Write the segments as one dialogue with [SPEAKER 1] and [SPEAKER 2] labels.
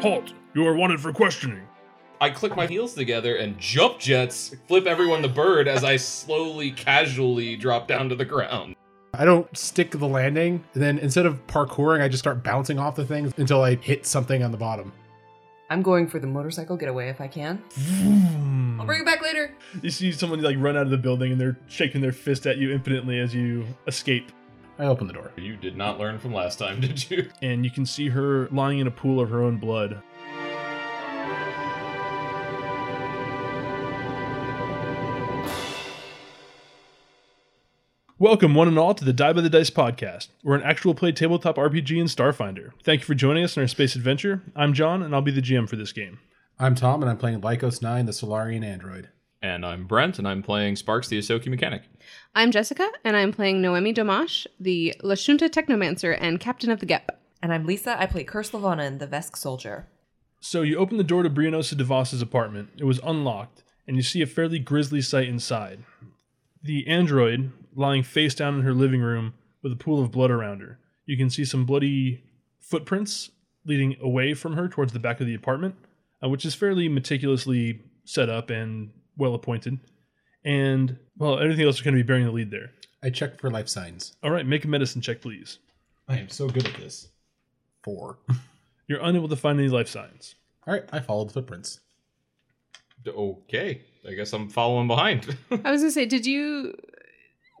[SPEAKER 1] Halt! You are wanted for questioning.
[SPEAKER 2] I click my heels together and jump jets, flip everyone the bird as I slowly, casually drop down to the ground.
[SPEAKER 3] I don't stick the landing. And then instead of parkouring, I just start bouncing off the things until I hit something on the bottom.
[SPEAKER 4] I'm going for the motorcycle getaway if I can. I'll bring it back later.
[SPEAKER 5] You see someone like run out of the building and they're shaking their fist at you impotently as you escape.
[SPEAKER 3] I open the door.
[SPEAKER 2] You did not learn from last time, did you?
[SPEAKER 5] And you can see her lying in a pool of her own blood. Welcome, one and all, to the Die by the Dice podcast. We're an actual play tabletop RPG in Starfinder. Thank you for joining us in our space adventure. I'm John, and I'll be the GM for this game.
[SPEAKER 3] I'm Tom, and I'm playing Lycos 9, the Solarian android.
[SPEAKER 2] And I'm Brent, and I'm playing Sparks, the Asoki mechanic.
[SPEAKER 6] I'm Jessica, and I'm playing Noemi Domash, the Lashunta Technomancer and Captain of the Gep.
[SPEAKER 4] And I'm Lisa. I play Curse Lavana in the Vesk Soldier.
[SPEAKER 5] So you open the door to Brianosa DeVos's apartment. It was unlocked, and you see a fairly grisly sight inside. The android lying face down in her living room with a pool of blood around her. You can see some bloody footprints leading away from her towards the back of the apartment, uh, which is fairly meticulously set up and well appointed. And well, everything else is going to be bearing the lead there.
[SPEAKER 3] I check for life signs.
[SPEAKER 5] All right, make a medicine check, please.
[SPEAKER 3] I am so good at this. Four.
[SPEAKER 5] You're unable to find any life signs.
[SPEAKER 3] All right, I follow the footprints.
[SPEAKER 2] Okay, I guess I'm following behind.
[SPEAKER 6] I was gonna say, did you?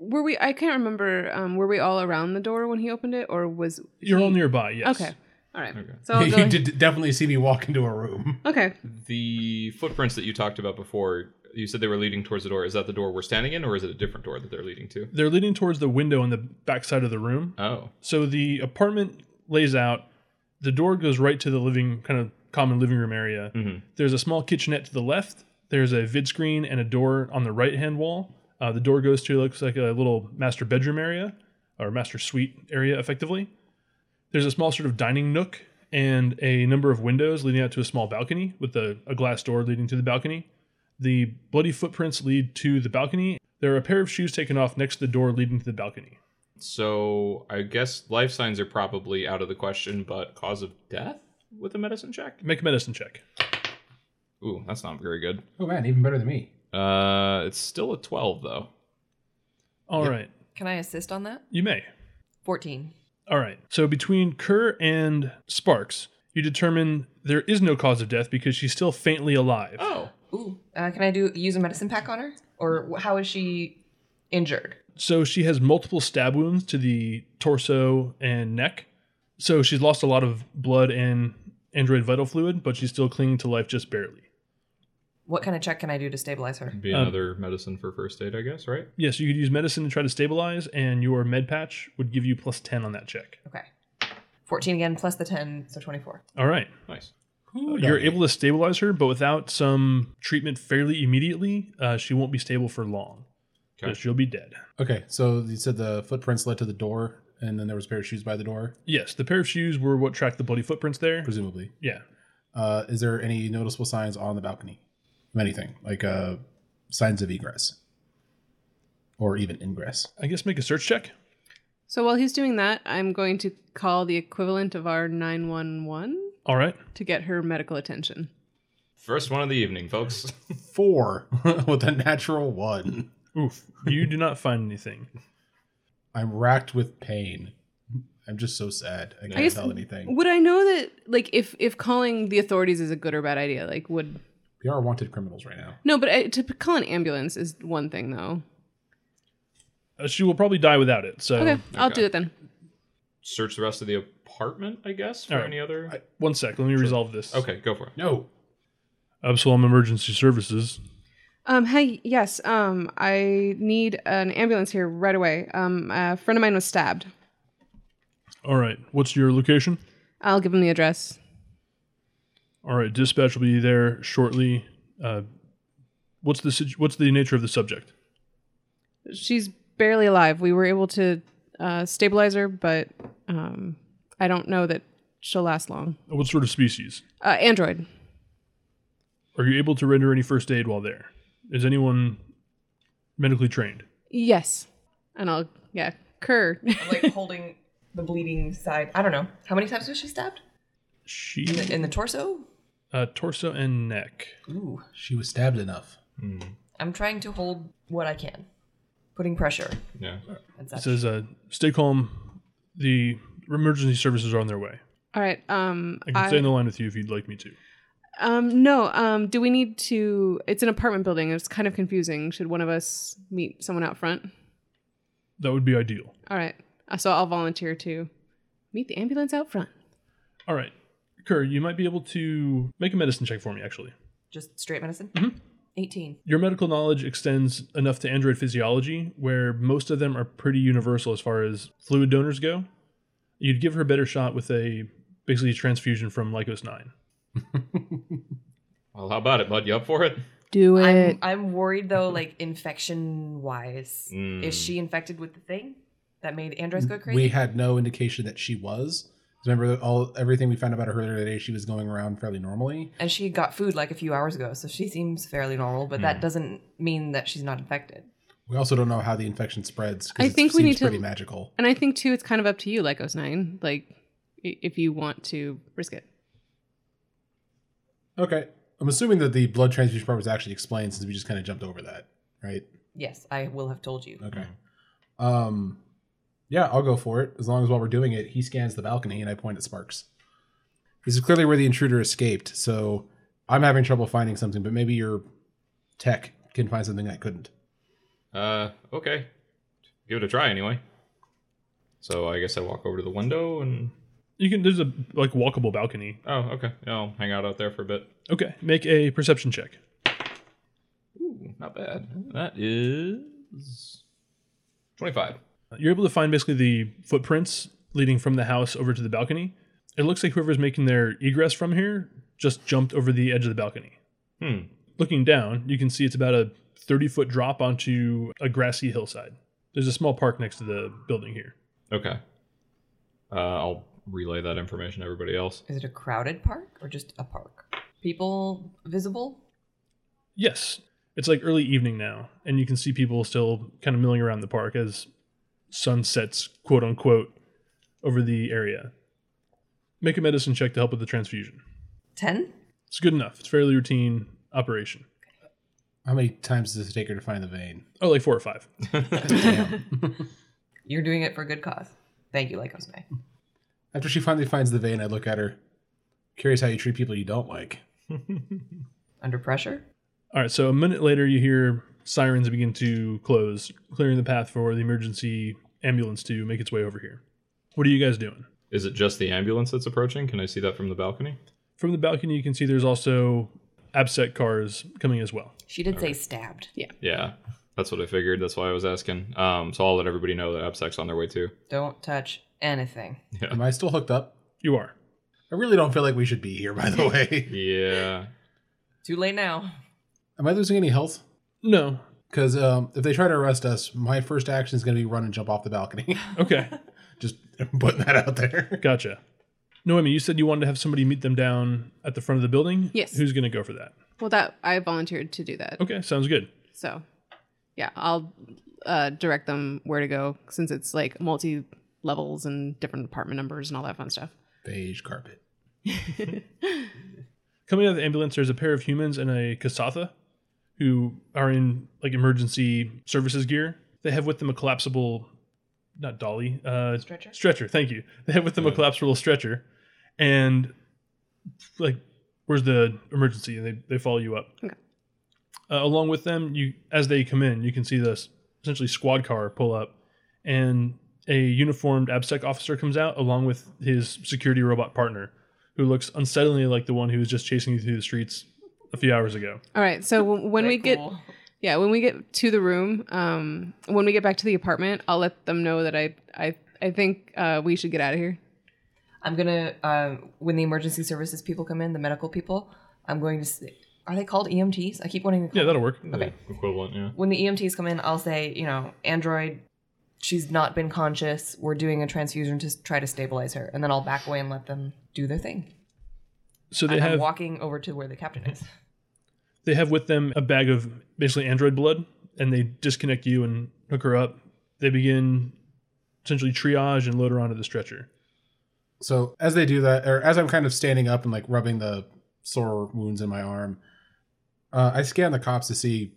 [SPEAKER 6] Were we? I can't remember. Um, were we all around the door when he opened it, or was
[SPEAKER 5] You're
[SPEAKER 6] he-
[SPEAKER 5] all nearby, yes.
[SPEAKER 6] Okay, all right.
[SPEAKER 2] Okay.
[SPEAKER 6] So I'll go
[SPEAKER 3] you did definitely see me walk into a room.
[SPEAKER 6] okay.
[SPEAKER 2] the footprints that you talked about before, you said they were leading towards the door. Is that the door we're standing in, or is it a different door that they're leading to?
[SPEAKER 5] They're leading towards the window on the backside of the room.
[SPEAKER 2] Oh,
[SPEAKER 5] So the apartment lays out. The door goes right to the living, kind of common living room area.
[SPEAKER 2] Mhm.
[SPEAKER 5] There's a small kitchenette to the left. There's a vid screen and a door on the right hand wall. Uh, the door goes to looks like a little master bedroom area or master suite area, effectively. There's a small sort of dining nook and a number of windows leading out to a small balcony with a, a glass door leading to the balcony. The bloody footprints lead to the balcony. There are a pair of shoes taken off next to the door leading to the balcony.
[SPEAKER 2] so I guess life signs are probably out of the question, but cause of death with a medicine check.
[SPEAKER 5] Make a medicine check.
[SPEAKER 2] Ooh, that's not very good.
[SPEAKER 3] Oh man, even better than me.
[SPEAKER 2] Uh, it's still a twelve though.
[SPEAKER 5] All right,
[SPEAKER 4] Can I assist on that?
[SPEAKER 5] You may.
[SPEAKER 4] 14.
[SPEAKER 5] All right. So between Kerr and Sparks, you determine there is no cause of death because she's still faintly alive.
[SPEAKER 2] Oh,
[SPEAKER 4] Ooh. Uh, can I do use a medicine pack on her? Or wh- how is she injured?
[SPEAKER 5] So she has multiple stab wounds to the torso and neck. So she's lost a lot of blood and android vital fluid, but she's still clinging to life just barely.
[SPEAKER 4] What kind of check can I do to stabilize her?
[SPEAKER 2] be
[SPEAKER 5] Um,
[SPEAKER 2] another medicine for first aid, I guess, right?
[SPEAKER 5] Yes, you could use medicine to try to stabilize, and your med patch would give you plus 10 on that check.
[SPEAKER 4] Okay. 14 again, plus the 10, so 24.
[SPEAKER 5] All right.
[SPEAKER 2] Nice.
[SPEAKER 5] You're able to stabilize her, but without some treatment fairly immediately, uh, she won't be stable for long.
[SPEAKER 2] Okay.
[SPEAKER 5] So she'll be dead.
[SPEAKER 3] Okay, so you said the footprints led to the door, and then there was a pair of shoes by the door,
[SPEAKER 5] Yes, the pair of shoes were what tracked the bloody footprints there.
[SPEAKER 3] presumably.
[SPEAKER 5] Yeah.
[SPEAKER 3] Uh, is there any noticeable signs on the balcony of anything, like uh, signs of egress or even ingress?
[SPEAKER 5] I guess make a search check.
[SPEAKER 6] So while he's doing that, I'm going to call the equivalent of our nine one one
[SPEAKER 5] All right.
[SPEAKER 6] to get her medical attention.
[SPEAKER 2] First one of the evening, folks.
[SPEAKER 3] Four with a natural one.
[SPEAKER 5] Oof. You do not find anything.
[SPEAKER 3] I'm racked with pain. I'm just so sad. I can't
[SPEAKER 6] guess-
[SPEAKER 3] tell anything.
[SPEAKER 6] Would I know that, like, if if calling the authorities is a good or bad idea? Like, would
[SPEAKER 3] We are wanted criminals right now.
[SPEAKER 6] no, but I, to p- call an ambulance is one thing though.
[SPEAKER 5] Uh, she will probably die without it. So,
[SPEAKER 6] Okay, I'll
[SPEAKER 2] okay.
[SPEAKER 6] do it then.
[SPEAKER 2] Search the rest of the apartment, I guess, for
[SPEAKER 5] All right.
[SPEAKER 2] any other.
[SPEAKER 5] one sec. Let me resolve this.
[SPEAKER 2] Okay, go for it.
[SPEAKER 3] No.
[SPEAKER 5] Absalom Emergency Services.
[SPEAKER 6] Um, hey, yes. Um, I need an ambulance here right away. Um, a friend of mine was stabbed.
[SPEAKER 5] All right. What's your location?
[SPEAKER 6] I'll give him the address.
[SPEAKER 5] All right. Dispatch will be there shortly. Uh, what's the situ- What's the nature of the subject?
[SPEAKER 6] She's barely alive. We were able to uh, stabilize her, but um, I don't know that she'll last long.
[SPEAKER 5] What sort of species?
[SPEAKER 6] Uh, Android.
[SPEAKER 5] Are you able to render any first aid while there? Is anyone medically trained?
[SPEAKER 6] Yes. And I'll yeah. Kerr.
[SPEAKER 4] I'm like holding the bleeding side. I don't know. How many times was she stabbed?
[SPEAKER 5] She
[SPEAKER 4] In the, in the torso?
[SPEAKER 5] uh, torso and neck.
[SPEAKER 4] Ooh.
[SPEAKER 3] She was stabbed enough.
[SPEAKER 4] I'm trying to hold what I can, putting pressure.
[SPEAKER 2] Yeah.
[SPEAKER 4] And
[SPEAKER 5] It
[SPEAKER 4] such.
[SPEAKER 5] says, uh, "Stay calm. The emergency services are on their way.
[SPEAKER 6] All right. Um,
[SPEAKER 5] I can stay in
[SPEAKER 6] I,
[SPEAKER 5] the line with you if you'd like me to."
[SPEAKER 6] um, no. Um, do we need to? It's an apartment building. It's kind of confusing. Should one of us meet someone out front?
[SPEAKER 5] That would be ideal.
[SPEAKER 6] All right. Uh, So I'll volunteer to meet the ambulance out front.
[SPEAKER 5] All right, Kerr, you might be able to make a medicine check for me. Actually,
[SPEAKER 4] Just straight medicine? 18.
[SPEAKER 5] your medical knowledge extends enough to android physiology, where most of them are pretty universal as far as fluid donors go. You'd give her a better shot with a basically a transfusion from Lycos Nine.
[SPEAKER 2] Well, how about it, bud? You up for it?
[SPEAKER 6] Do
[SPEAKER 4] I'm, I'm worried though, like infection wise.
[SPEAKER 2] Mm.
[SPEAKER 4] Is she infected with the thing that made Andres go crazy?
[SPEAKER 3] Mm, We had no indication that she was. Remember that all everything we found about her earlier today, she was going around fairly normally.
[SPEAKER 4] and she got food like a few hours ago, so she seems fairly normal, but
[SPEAKER 3] Mm.
[SPEAKER 4] that doesn't mean that she's not infected.
[SPEAKER 3] We also don't know how the infection spreads. 'cause
[SPEAKER 6] I
[SPEAKER 3] it
[SPEAKER 6] think we need
[SPEAKER 3] seems
[SPEAKER 6] to-
[SPEAKER 3] pretty magical.
[SPEAKER 6] and I think too, it's kind of up to you, Lycos Nine. Like, i- if you want to risk it.
[SPEAKER 3] Okay, I'm assuming that the blood transfusion part was actually explained since we just kind of jumped over that, right?
[SPEAKER 4] Yes, I will have told you.
[SPEAKER 3] Okay. Um, yeah, I'll go for it as long as while we're doing it, he scans the balcony and I point at Sparks. This is clearly where the intruder escaped, so I'm having trouble finding something, but maybe your tech can find something I couldn't.
[SPEAKER 2] Uh, okay. Give it a try anyway. So I guess I walk over to the window and
[SPEAKER 5] You can. There's a like walkable balcony.
[SPEAKER 2] oh, okay. Yeah, I'll hang out out there for a bit.
[SPEAKER 5] Okay, make a perception check.
[SPEAKER 2] Ooh, not bad. That is twenty-five.
[SPEAKER 5] You're able to find basically the footprints leading from the house over to the balcony. It looks like whoever's making their egress from here just jumped over the edge of the balcony.
[SPEAKER 2] Hmm.
[SPEAKER 5] Looking down, you can see it's about a 30 foot drop onto a grassy hillside. There's a small park next to the building here.
[SPEAKER 2] Okay. Uh, I'll relay that information to everybody else.
[SPEAKER 4] Is it a crowded park or just a park? People visible?
[SPEAKER 5] Yes, it's like early evening now, and you can see people still kind of milling around the park as sun sets, quote unquote, over the area. Make a medicine check to help with the transfusion.
[SPEAKER 4] 10?
[SPEAKER 5] It's good enough. It's fairly routine operation.
[SPEAKER 3] How many times does it take her to find the vein?
[SPEAKER 5] Oh, like four or five.
[SPEAKER 4] You're doing it for a good cause. Thank you, Lycos
[SPEAKER 3] Mm.
[SPEAKER 4] May.
[SPEAKER 3] After she finally finds the vein, I look at her. Curious how you treat people you don't like.
[SPEAKER 4] Under pressure?
[SPEAKER 5] All right. So a minute later, you hear sirens begin to close, clearing the path for the emergency ambulance to make its way over here. What are you guys doing?
[SPEAKER 2] Is it just the ambulance that's approaching? Can I see that from the balcony?
[SPEAKER 5] From the balcony, you can see there's also absent cars coming as well.
[SPEAKER 4] She did say stabbed.
[SPEAKER 2] Yeah, that's what I figured. That's why I was asking. Um, so I'll let everybody know that Absec's on their way too.
[SPEAKER 4] Don't touch anything.
[SPEAKER 3] Am I still hooked up?
[SPEAKER 5] You are.
[SPEAKER 3] I really don't feel like we should be here, by the way.
[SPEAKER 2] Yeah.
[SPEAKER 4] Too late now.
[SPEAKER 3] Am I losing any health?
[SPEAKER 5] No.
[SPEAKER 3] Because um, if they try to arrest us, my first action is going to be run and jump off the balcony.
[SPEAKER 5] Okay.
[SPEAKER 3] Just putting that out there.
[SPEAKER 5] Gotcha. Noemi, you said you wanted to have somebody meet them down at the front of the building.
[SPEAKER 6] Yes.
[SPEAKER 5] Who's going to go for that?
[SPEAKER 6] Well, that I volunteered to do that.
[SPEAKER 5] Okay. Sounds good.
[SPEAKER 6] So, yeah, I'll uh, direct them where to go since it's like multi levels and different apartment numbers and all that fun stuff.
[SPEAKER 3] Beige carpet.
[SPEAKER 5] Coming out of the ambulance, there's a pair of humans and a Kasatha who are in like emergency services gear. They have with them a collapsible, not dolly, uh,
[SPEAKER 4] Stretcher?
[SPEAKER 5] stretcher. Thank you. They have with them a collapsible stretcher, and like, where's the emergency? And they they follow you up.
[SPEAKER 6] Okay.
[SPEAKER 5] Uh, along with them, you as they come in, you can see this essentially squad car pull up, and a uniformed ABSEC officer comes out along with his security robot partner, who looks unsettlingly like the one who was just chasing you through the streets a few hours ago.
[SPEAKER 6] All right. So w- when we
[SPEAKER 4] Very
[SPEAKER 6] get
[SPEAKER 4] cool.
[SPEAKER 6] yeah, when we get to the room, um, when we get back to the apartment, I'll let them know that I I I think uh, we should get out of here.
[SPEAKER 4] I'm gonna um, when the emergency services people come in, the medical people. I'm going to. s are they called EMTs? I keep wanting to. Call
[SPEAKER 5] Yeah, that'll work.
[SPEAKER 4] Okay.
[SPEAKER 2] The Equivalent. Yeah.
[SPEAKER 4] When the EMTs come in, I'll say, you know, Android, she's not been conscious. We're doing a transfusion to s- try to stabilize her, and then I'll back away and let them do their thing.
[SPEAKER 5] So they
[SPEAKER 4] And I'm
[SPEAKER 5] have
[SPEAKER 4] walking over to where the captain is.
[SPEAKER 5] they have with them a bag of basically android blood and they disconnect you and hook her up they begin essentially triage and load her onto the stretcher
[SPEAKER 3] So as they do that, or as I'm kind of standing up and like rubbing the sore wounds in my arm, uh, I scan the cops to see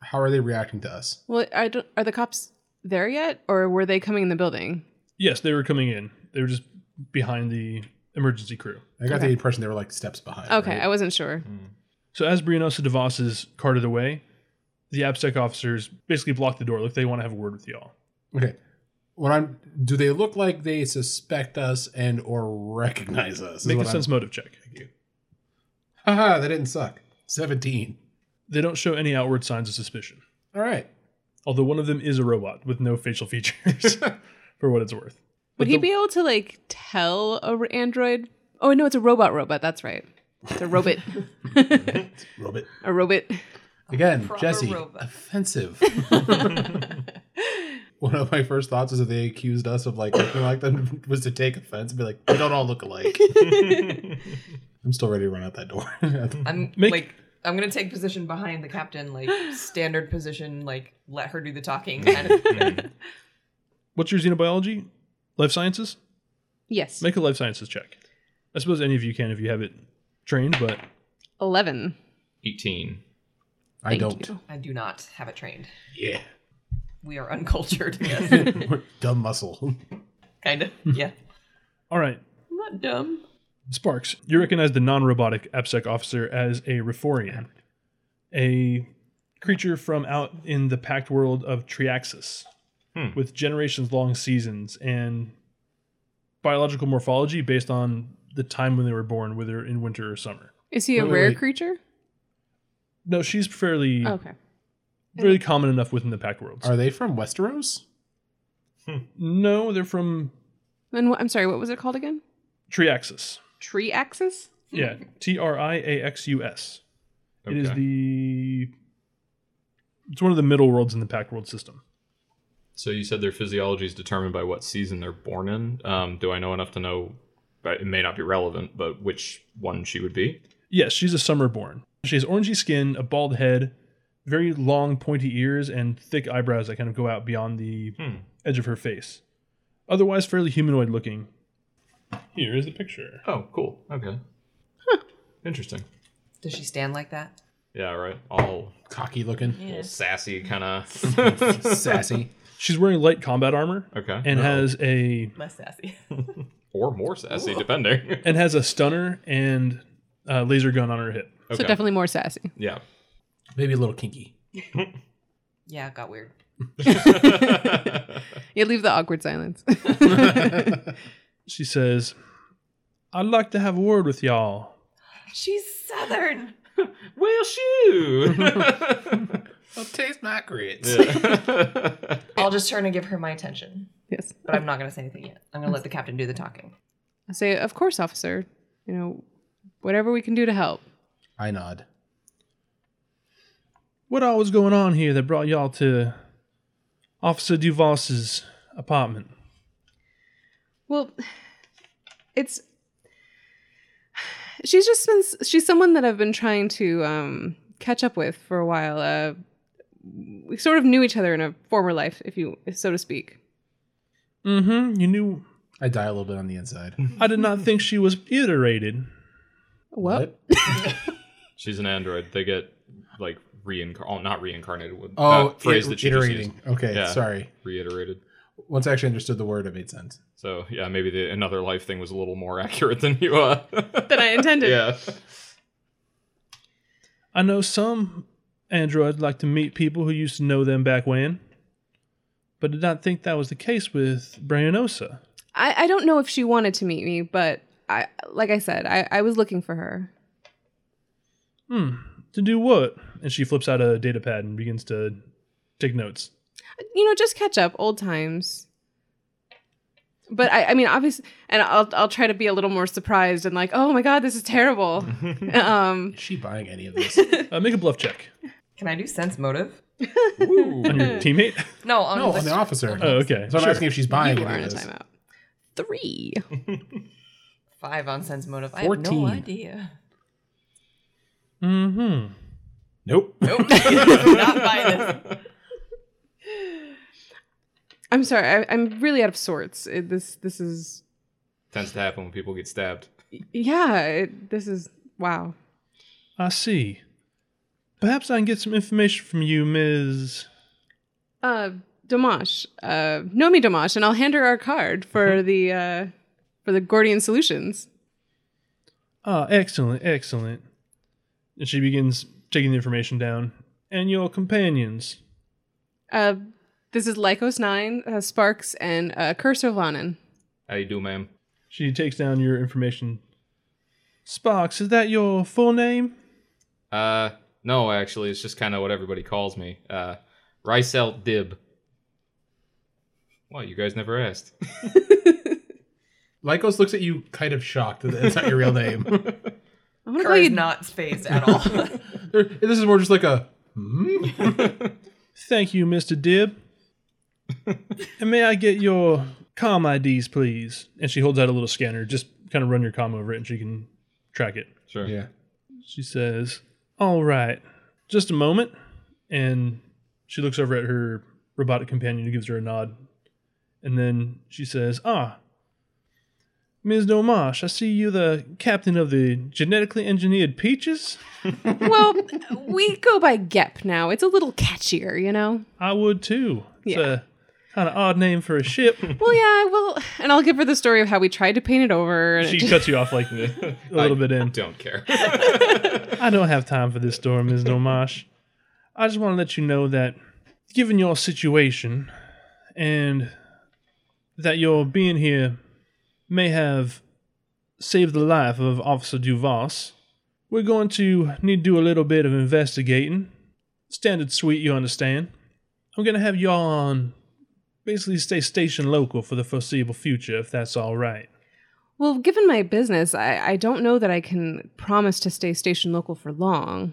[SPEAKER 3] how are they reacting to us.
[SPEAKER 6] Well, I don't, are the cops there yet, or were they coming in the building?
[SPEAKER 5] Yes, they were coming in. They were just behind the emergency crew.
[SPEAKER 3] I got
[SPEAKER 6] Okay.
[SPEAKER 3] the impression they were like steps behind.
[SPEAKER 6] Okay,
[SPEAKER 3] right?
[SPEAKER 6] I wasn't sure.
[SPEAKER 2] Hmm.
[SPEAKER 5] So as Brianosa DeVos is carted away, the ABSEC officers basically block the door. Look, they want to have a word with y'all.
[SPEAKER 3] okay. When I'm, do they look like they suspect us and or recognize us? is
[SPEAKER 5] Make a
[SPEAKER 3] what I'm-
[SPEAKER 5] sense motive check.
[SPEAKER 3] Haha, that didn't suck. Seventeen.
[SPEAKER 5] They don't show any outward signs of suspicion,
[SPEAKER 3] All right.
[SPEAKER 5] although one of them is a robot with no facial features, for what it's worth.
[SPEAKER 6] Would he be able to like tell a r- android? Oh no, it's a robot. Robot. That's right. It's a robot.
[SPEAKER 3] Robot.
[SPEAKER 6] a robot.
[SPEAKER 3] Again,
[SPEAKER 4] Proper
[SPEAKER 3] Jesse,
[SPEAKER 4] robot.
[SPEAKER 3] offensive. One of my first thoughts was that they accused us of like looking like them was to take offense and be like, we don't all look alike. I'm still ready to run out that door.
[SPEAKER 4] I'm
[SPEAKER 5] Make-
[SPEAKER 4] like I'm gonna take position behind the captain, like standard position, like let her do the talking. Kind of thing.
[SPEAKER 5] What's your xenobiology? Life sciences?
[SPEAKER 6] Yes.
[SPEAKER 5] Make a life sciences check. I suppose any of you can if you have it trained, but
[SPEAKER 6] Eleven.
[SPEAKER 2] 18.
[SPEAKER 3] I
[SPEAKER 6] Thank
[SPEAKER 3] don't.
[SPEAKER 6] you.
[SPEAKER 4] I do not have it trained.
[SPEAKER 3] Yeah.
[SPEAKER 4] We are uncultured. Yes,
[SPEAKER 3] Dumb muscle.
[SPEAKER 4] kind of. Yeah,
[SPEAKER 5] all right.
[SPEAKER 4] I'm not dumb.
[SPEAKER 5] Sparks, you recognize the non robotic APSEC officer as a Reforian, a creature from out in the packed world of Triaxis,
[SPEAKER 2] Hmm.
[SPEAKER 5] with generations long seasons and biological morphology based on the time when they were born, whether in winter or summer.
[SPEAKER 6] Is he a
[SPEAKER 3] Wait, wait,
[SPEAKER 6] rare
[SPEAKER 3] wait.
[SPEAKER 6] creature?
[SPEAKER 5] No, she's fairly,
[SPEAKER 6] Okay.
[SPEAKER 5] fairly common enough within the packed worlds.
[SPEAKER 3] Are they from Westeros?
[SPEAKER 5] no, they're from
[SPEAKER 6] Then wh- I'm sorry. What was it called again?
[SPEAKER 5] Triaxis.
[SPEAKER 6] Tree axis.
[SPEAKER 5] Yeah, T R I A X U S. It is
[SPEAKER 2] Okay.
[SPEAKER 5] the. It's one of the middle worlds in the packed world system.
[SPEAKER 2] So you said their physiology is determined by what season they're born in. Um, do I know enough to know? It may not be relevant, but which one she would be?
[SPEAKER 5] Yes, she's a summer born. She has orangey skin, a bald head, very long pointy ears, and thick eyebrows that kind of go out beyond the
[SPEAKER 2] Hmm.
[SPEAKER 5] edge of her face. Otherwise, fairly humanoid looking. Here is a picture.
[SPEAKER 2] Oh, cool. Okay. Interesting.
[SPEAKER 4] Does she stand like that?
[SPEAKER 2] Yeah, right. All,
[SPEAKER 3] Cocky looking.
[SPEAKER 2] all sassy, kind of.
[SPEAKER 3] Sassy.
[SPEAKER 5] She's wearing light combat armor
[SPEAKER 2] okay.
[SPEAKER 5] and has a
[SPEAKER 4] Less sassy.
[SPEAKER 2] or more sassy, depending.
[SPEAKER 5] and has a stunner and a laser gun on her hip.
[SPEAKER 2] Okay.
[SPEAKER 6] So definitely more sassy.
[SPEAKER 2] Yeah.
[SPEAKER 3] Maybe a little kinky.
[SPEAKER 4] yeah, it got weird.
[SPEAKER 6] Yeah, leave the awkward silence.
[SPEAKER 5] She says, "I'd like to have a word with y'all."
[SPEAKER 4] She's southern.
[SPEAKER 2] well, shoot.
[SPEAKER 3] I'll taste my grits.
[SPEAKER 2] Yeah.
[SPEAKER 4] I'll just turn and give her my attention,
[SPEAKER 6] yes.
[SPEAKER 4] but I'm not gonna say anything yet. I'm gonna let the captain do the talking.
[SPEAKER 6] I say, of course, officer. You know, whatever we can do to help.
[SPEAKER 3] I nod.
[SPEAKER 5] What all was going on here that brought y'all to Officer Duvos's apartment?
[SPEAKER 6] Well, it's she's just been she's someone that I've been trying to um, catch up with for a while. Uh, we sort of knew each other in a former life, if you so to speak.
[SPEAKER 5] Mm-hmm. You knew
[SPEAKER 3] I die a little bit on the inside.
[SPEAKER 5] I did not think she was iterated.
[SPEAKER 6] What?
[SPEAKER 2] She's an android. They get like reincarnated. Oh, not reincarnated. With
[SPEAKER 3] Oh,
[SPEAKER 2] that phrase
[SPEAKER 3] it-
[SPEAKER 2] that you just used.
[SPEAKER 3] iterating. Okay,
[SPEAKER 2] Yeah.
[SPEAKER 3] sorry.
[SPEAKER 2] reiterated.
[SPEAKER 3] Once I actually understood the word, it made sense.
[SPEAKER 2] So yeah, maybe the another life thing was a little more accurate than you. Uh,
[SPEAKER 6] That I intended.
[SPEAKER 2] yeah.
[SPEAKER 5] I know some androids like to meet people who used to know them back when, but did not think that was the case with Brianosa.
[SPEAKER 6] I, I don't know if she wanted to meet me, but I like I said, I, I was looking for her.
[SPEAKER 5] Hmm. To do what? And she flips out a data pad and begins to take notes.
[SPEAKER 6] you know, just catch up, old times. But I, I mean, obviously, and I'll, I'll try to be a little more surprised and like, oh my god, this is terrible. um,
[SPEAKER 3] Is she buying any of this?
[SPEAKER 5] Uh, make a bluff check
[SPEAKER 4] Can I do sense motive?
[SPEAKER 2] Ooh.
[SPEAKER 5] on your teammate.
[SPEAKER 4] No, on
[SPEAKER 3] no,
[SPEAKER 4] the-
[SPEAKER 3] on the officer.
[SPEAKER 5] oh, okay.
[SPEAKER 3] So I'm
[SPEAKER 5] sure.
[SPEAKER 3] asking if she's
[SPEAKER 6] you
[SPEAKER 3] buying
[SPEAKER 6] are on
[SPEAKER 3] any
[SPEAKER 6] a
[SPEAKER 3] of this.
[SPEAKER 6] timeout. Three.
[SPEAKER 4] five on sense motive. I have no
[SPEAKER 3] 14.
[SPEAKER 4] idea.
[SPEAKER 5] Mm-hmm.
[SPEAKER 3] Nope.
[SPEAKER 4] Nope. not buying this.
[SPEAKER 6] I'm sorry, I, I'm really out of sorts. It, this this is
[SPEAKER 2] Tends to happen when people get stabbed.
[SPEAKER 6] Yeah, it, this is wow.
[SPEAKER 5] I see. Perhaps I can get some information from you, Ms.
[SPEAKER 6] Uh, Dimash, uh, Nomi Dimash, and I'll hand her our card for the uh, for the Gordian Solutions.
[SPEAKER 5] Ah, excellent, excellent. And she begins taking the information down. And your companions.
[SPEAKER 6] Uh, this is Lycos Nine, uh, Sparks, and uh, Cursor Lanin.
[SPEAKER 2] How you do, ma'am?
[SPEAKER 5] She takes down your information. Sparks, is that your full name?
[SPEAKER 2] Uh, no, actually, it's just kind of what everybody calls me. Uh, Rysel Dib. Well, you guys never asked.
[SPEAKER 3] Lycos looks at you kind of shocked that that's not your real name.
[SPEAKER 6] I want to call
[SPEAKER 4] Kerr's
[SPEAKER 6] you.
[SPEAKER 4] not phased at all.
[SPEAKER 3] There- this is more just like a hmm?
[SPEAKER 5] Thank you, Mr. Dib. and may I get your com IDs, please? And she holds out a little scanner. Just kind of run your com over it and she can track it.
[SPEAKER 2] Sure.
[SPEAKER 3] yeah.
[SPEAKER 5] She says, All right, just a moment. And she looks over at her robotic companion who gives her a nod. And then she says, Ah, Ms. Domash, I see you the captain of the genetically engineered peaches.
[SPEAKER 6] well, we go by Gep now. It's a little catchier, you know.
[SPEAKER 5] I would too. It's
[SPEAKER 6] Yeah.
[SPEAKER 5] a kind of odd name for a ship.
[SPEAKER 6] Well, yeah, well, and I'll give her the story of how we tried to paint it over. And it
[SPEAKER 5] she
[SPEAKER 6] just-
[SPEAKER 5] cuts you off like a little bit in.
[SPEAKER 2] Don't care.
[SPEAKER 5] I don't have time for this story, Ms. Domash. I just want to let you know that, given your situation, and that your being here may have saved the life of Officer Duvasse, we're going to need to do a little bit of investigating. Standard suite, you understand. I'm going to have you all on basically stay stationed local for the foreseeable future, if that's all right.
[SPEAKER 6] well, given my business, I, I don't know that I can promise to stay station local for long.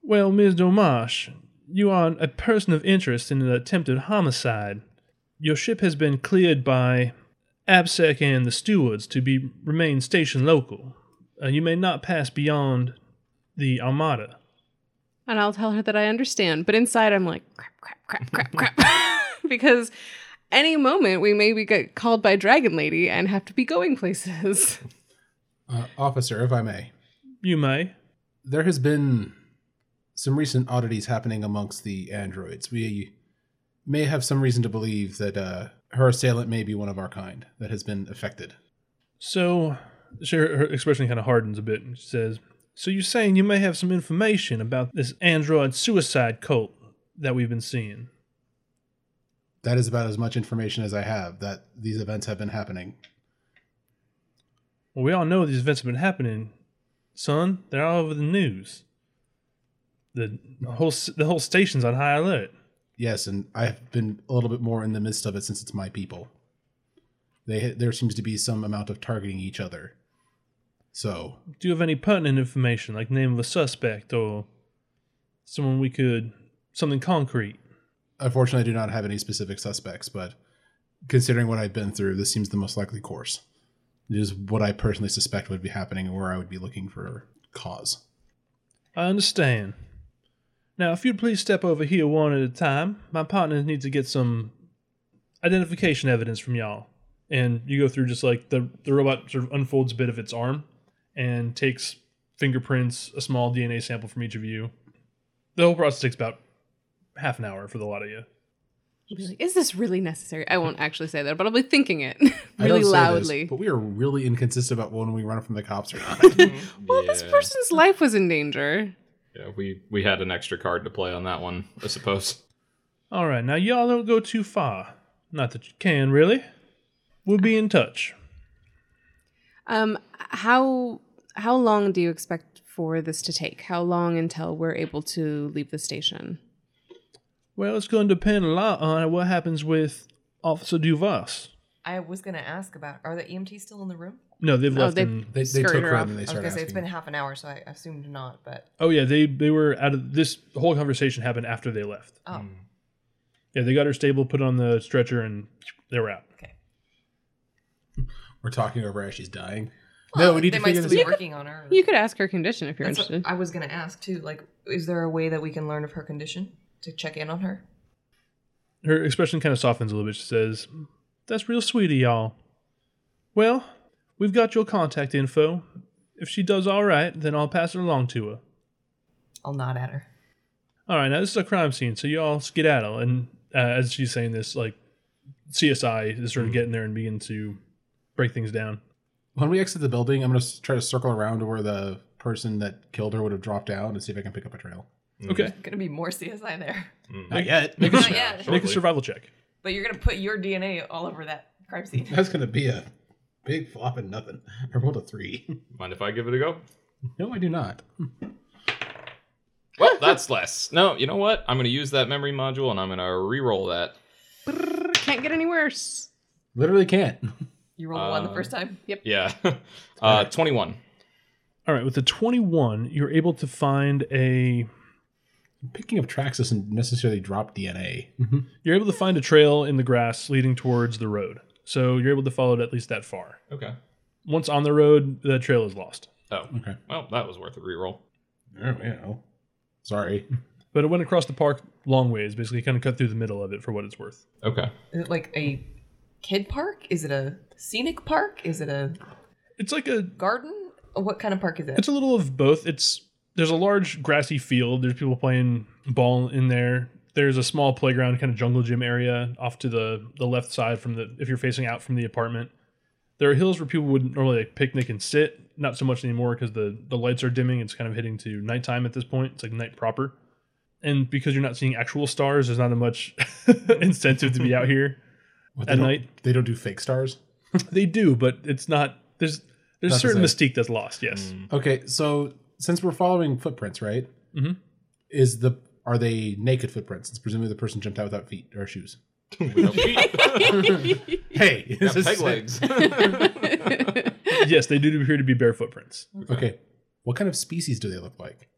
[SPEAKER 5] Well, Ms. Domash, you are a person of interest in an attempted homicide. Your ship has been cleared by ABSEC and the stewards to be remain stationed local. Uh, you may not pass beyond the Armada.
[SPEAKER 6] And I'll tell her that I understand, but inside I'm like, crap, crap, crap, crap, crap. because any moment we may be get called by Dragon Lady and have to be going places.
[SPEAKER 3] Uh, officer, if I may,
[SPEAKER 5] You may.
[SPEAKER 3] there has been some recent oddities happening amongst the androids. We may have some reason to believe that uh, her assailant may be one of our kind that has been affected.
[SPEAKER 5] So, she, her her expression kind of hardens a bit and she says, So you're saying you may have some information about this android suicide cult that we've been seeing?
[SPEAKER 3] That is about as much information as I have that these events have been happening.
[SPEAKER 5] Well, we all know these events have been happening, son. They're all over the news. The whole s- the whole station's on high alert.
[SPEAKER 3] Yes, and I've been a little bit more in the midst of it since it's my people. They there seems to be some amount of targeting each other. So
[SPEAKER 5] Do you have any pertinent information, like name of a suspect or someone we could something concrete?
[SPEAKER 3] Unfortunately, I do not have any specific suspects, but considering what I've been through, this seems the most likely course. It is what I personally suspect would be happening and where I would be looking for cause.
[SPEAKER 5] I understand. Now, if you'd please step over here one at a time, my partner needs to get some identification evidence from y'all. And you go through just like the, the robot sort of unfolds a bit of its arm and takes fingerprints, a small DNA sample from each of you. The whole process takes about half an hour for the lot of you.
[SPEAKER 6] I'll be like, is this really necessary? I won't actually say that, but I'll be thinking it
[SPEAKER 3] I don't
[SPEAKER 6] really
[SPEAKER 3] say this,
[SPEAKER 6] loudly.
[SPEAKER 3] but we are really inconsistent about when we run from the cops or not.
[SPEAKER 6] well, this person's life was in danger.
[SPEAKER 2] Yeah, we we had an extra card to play on that one, I suppose.
[SPEAKER 5] All right, now y'all don't go too far. Not that you can, really. We'll be in touch.
[SPEAKER 6] Um, how how long do you expect for this to take? How long until we're able to leave the station?
[SPEAKER 5] Well, it's going to depend a lot on what happens with Officer Duvasse.
[SPEAKER 4] I was gonna ask about are the EMTs still in the room?
[SPEAKER 5] No, they've
[SPEAKER 6] Oh,
[SPEAKER 5] left.
[SPEAKER 6] they-
[SPEAKER 5] in-
[SPEAKER 3] they, they
[SPEAKER 6] Scurried
[SPEAKER 3] took
[SPEAKER 6] her
[SPEAKER 3] her
[SPEAKER 6] off.
[SPEAKER 3] and then they
[SPEAKER 4] I was gonna
[SPEAKER 3] started
[SPEAKER 4] say it's been
[SPEAKER 3] asking.
[SPEAKER 4] half an hour, so I assumed not, but
[SPEAKER 5] oh yeah, they they were out of this whole conversation happened after they left. Mm.
[SPEAKER 4] oh
[SPEAKER 5] Yeah, they got her stable, put on the stretcher, and they were out.
[SPEAKER 3] We're talking over as she's dying.
[SPEAKER 4] Well,
[SPEAKER 3] no, we need
[SPEAKER 4] they
[SPEAKER 3] to
[SPEAKER 4] might
[SPEAKER 3] figure
[SPEAKER 4] still
[SPEAKER 3] this
[SPEAKER 4] be
[SPEAKER 3] out.
[SPEAKER 4] working on her.
[SPEAKER 6] You could ask her condition if you're
[SPEAKER 4] That's what
[SPEAKER 6] interested.
[SPEAKER 4] I was gonna ask too, like, is there a way that we can learn of her condition to check in on her?
[SPEAKER 5] Her expression kind of softens a little bit. She says, "That's real sweet of y'all. Well, we've got your contact info. If she does all right, then I'll pass it along to her.
[SPEAKER 4] I'll nod at her.
[SPEAKER 5] All right, now this is a crime scene, so y'all skedaddle. And uh, as she's saying this, like CSI is sort of getting there and beginning to break things down.
[SPEAKER 3] When we exit the building, I'm going to try to circle around to where the person that killed her would have dropped out and see if I can pick up a trail.
[SPEAKER 5] Okay,
[SPEAKER 4] Gonna be more CSI there.
[SPEAKER 3] Not yet.
[SPEAKER 5] make
[SPEAKER 4] Not
[SPEAKER 5] a,
[SPEAKER 4] yet.
[SPEAKER 5] make a
[SPEAKER 2] Shortly.
[SPEAKER 5] survival check.
[SPEAKER 4] But you're gonna put your DNA all over that crime scene.
[SPEAKER 3] That's going to be a big flop and nothing. I rolled a three.
[SPEAKER 2] Mind if I give it a go?
[SPEAKER 3] no, I do not.
[SPEAKER 2] Well, that's less. No, you know what? I'm going to use that memory module and I'm going to re-roll that.
[SPEAKER 6] Brrr, can't get any worse.
[SPEAKER 3] Literally can't.
[SPEAKER 4] You rolled a one the
[SPEAKER 2] Uh,
[SPEAKER 4] first time.
[SPEAKER 2] Yeah. Uh, 21.
[SPEAKER 5] All right, with the 21, you're able to find a
[SPEAKER 3] Picking up tracks doesn't necessarily drop DNA.
[SPEAKER 5] you're able to find a trail in the grass leading towards the road. So you're able to follow it at least that far.
[SPEAKER 2] Okay.
[SPEAKER 5] Once on the road, the trail is lost.
[SPEAKER 2] Oh,
[SPEAKER 3] Okay.
[SPEAKER 2] well, that was worth a re-roll.
[SPEAKER 3] Oh, well. Sorry.
[SPEAKER 5] But it went across the park long ways, basically kind of cut through the middle of it for what it's worth.
[SPEAKER 2] Okay.
[SPEAKER 4] Is it like a kid park? Is it a scenic park? Is it a
[SPEAKER 5] It's like a
[SPEAKER 4] garden? What kind of park is
[SPEAKER 5] it's
[SPEAKER 4] it?
[SPEAKER 5] a little of both. It's there's a large grassy field. There's people playing ball in there. There's a small playground, kind of jungle gym area off to the the left side from the if you're facing out from the apartment. There are hills where people would normally like picnic and sit. Not so much anymore because the the lights are dimming. It's kind of hitting to nighttime at this point. It's like night proper, and because you're not seeing actual stars, there's not a much incentive to be out here.
[SPEAKER 3] What,
[SPEAKER 5] At
[SPEAKER 3] they don't-
[SPEAKER 5] night?
[SPEAKER 3] They don't do fake stars.
[SPEAKER 5] They do, but it's not. There's there's
[SPEAKER 3] Not the
[SPEAKER 5] certain
[SPEAKER 3] same.
[SPEAKER 5] mystique that's lost. Yes.
[SPEAKER 3] Okay, so since we're following footprints, right?
[SPEAKER 5] Mhm.
[SPEAKER 3] Is the are they naked footprints? It's presumably the person jumped out without feet or shoes. Hey,
[SPEAKER 2] Got
[SPEAKER 3] this is-
[SPEAKER 2] peg legs.
[SPEAKER 3] Mm.
[SPEAKER 5] yes, they do appear to be bare footprints.
[SPEAKER 3] Okay, what kind of species do they look like?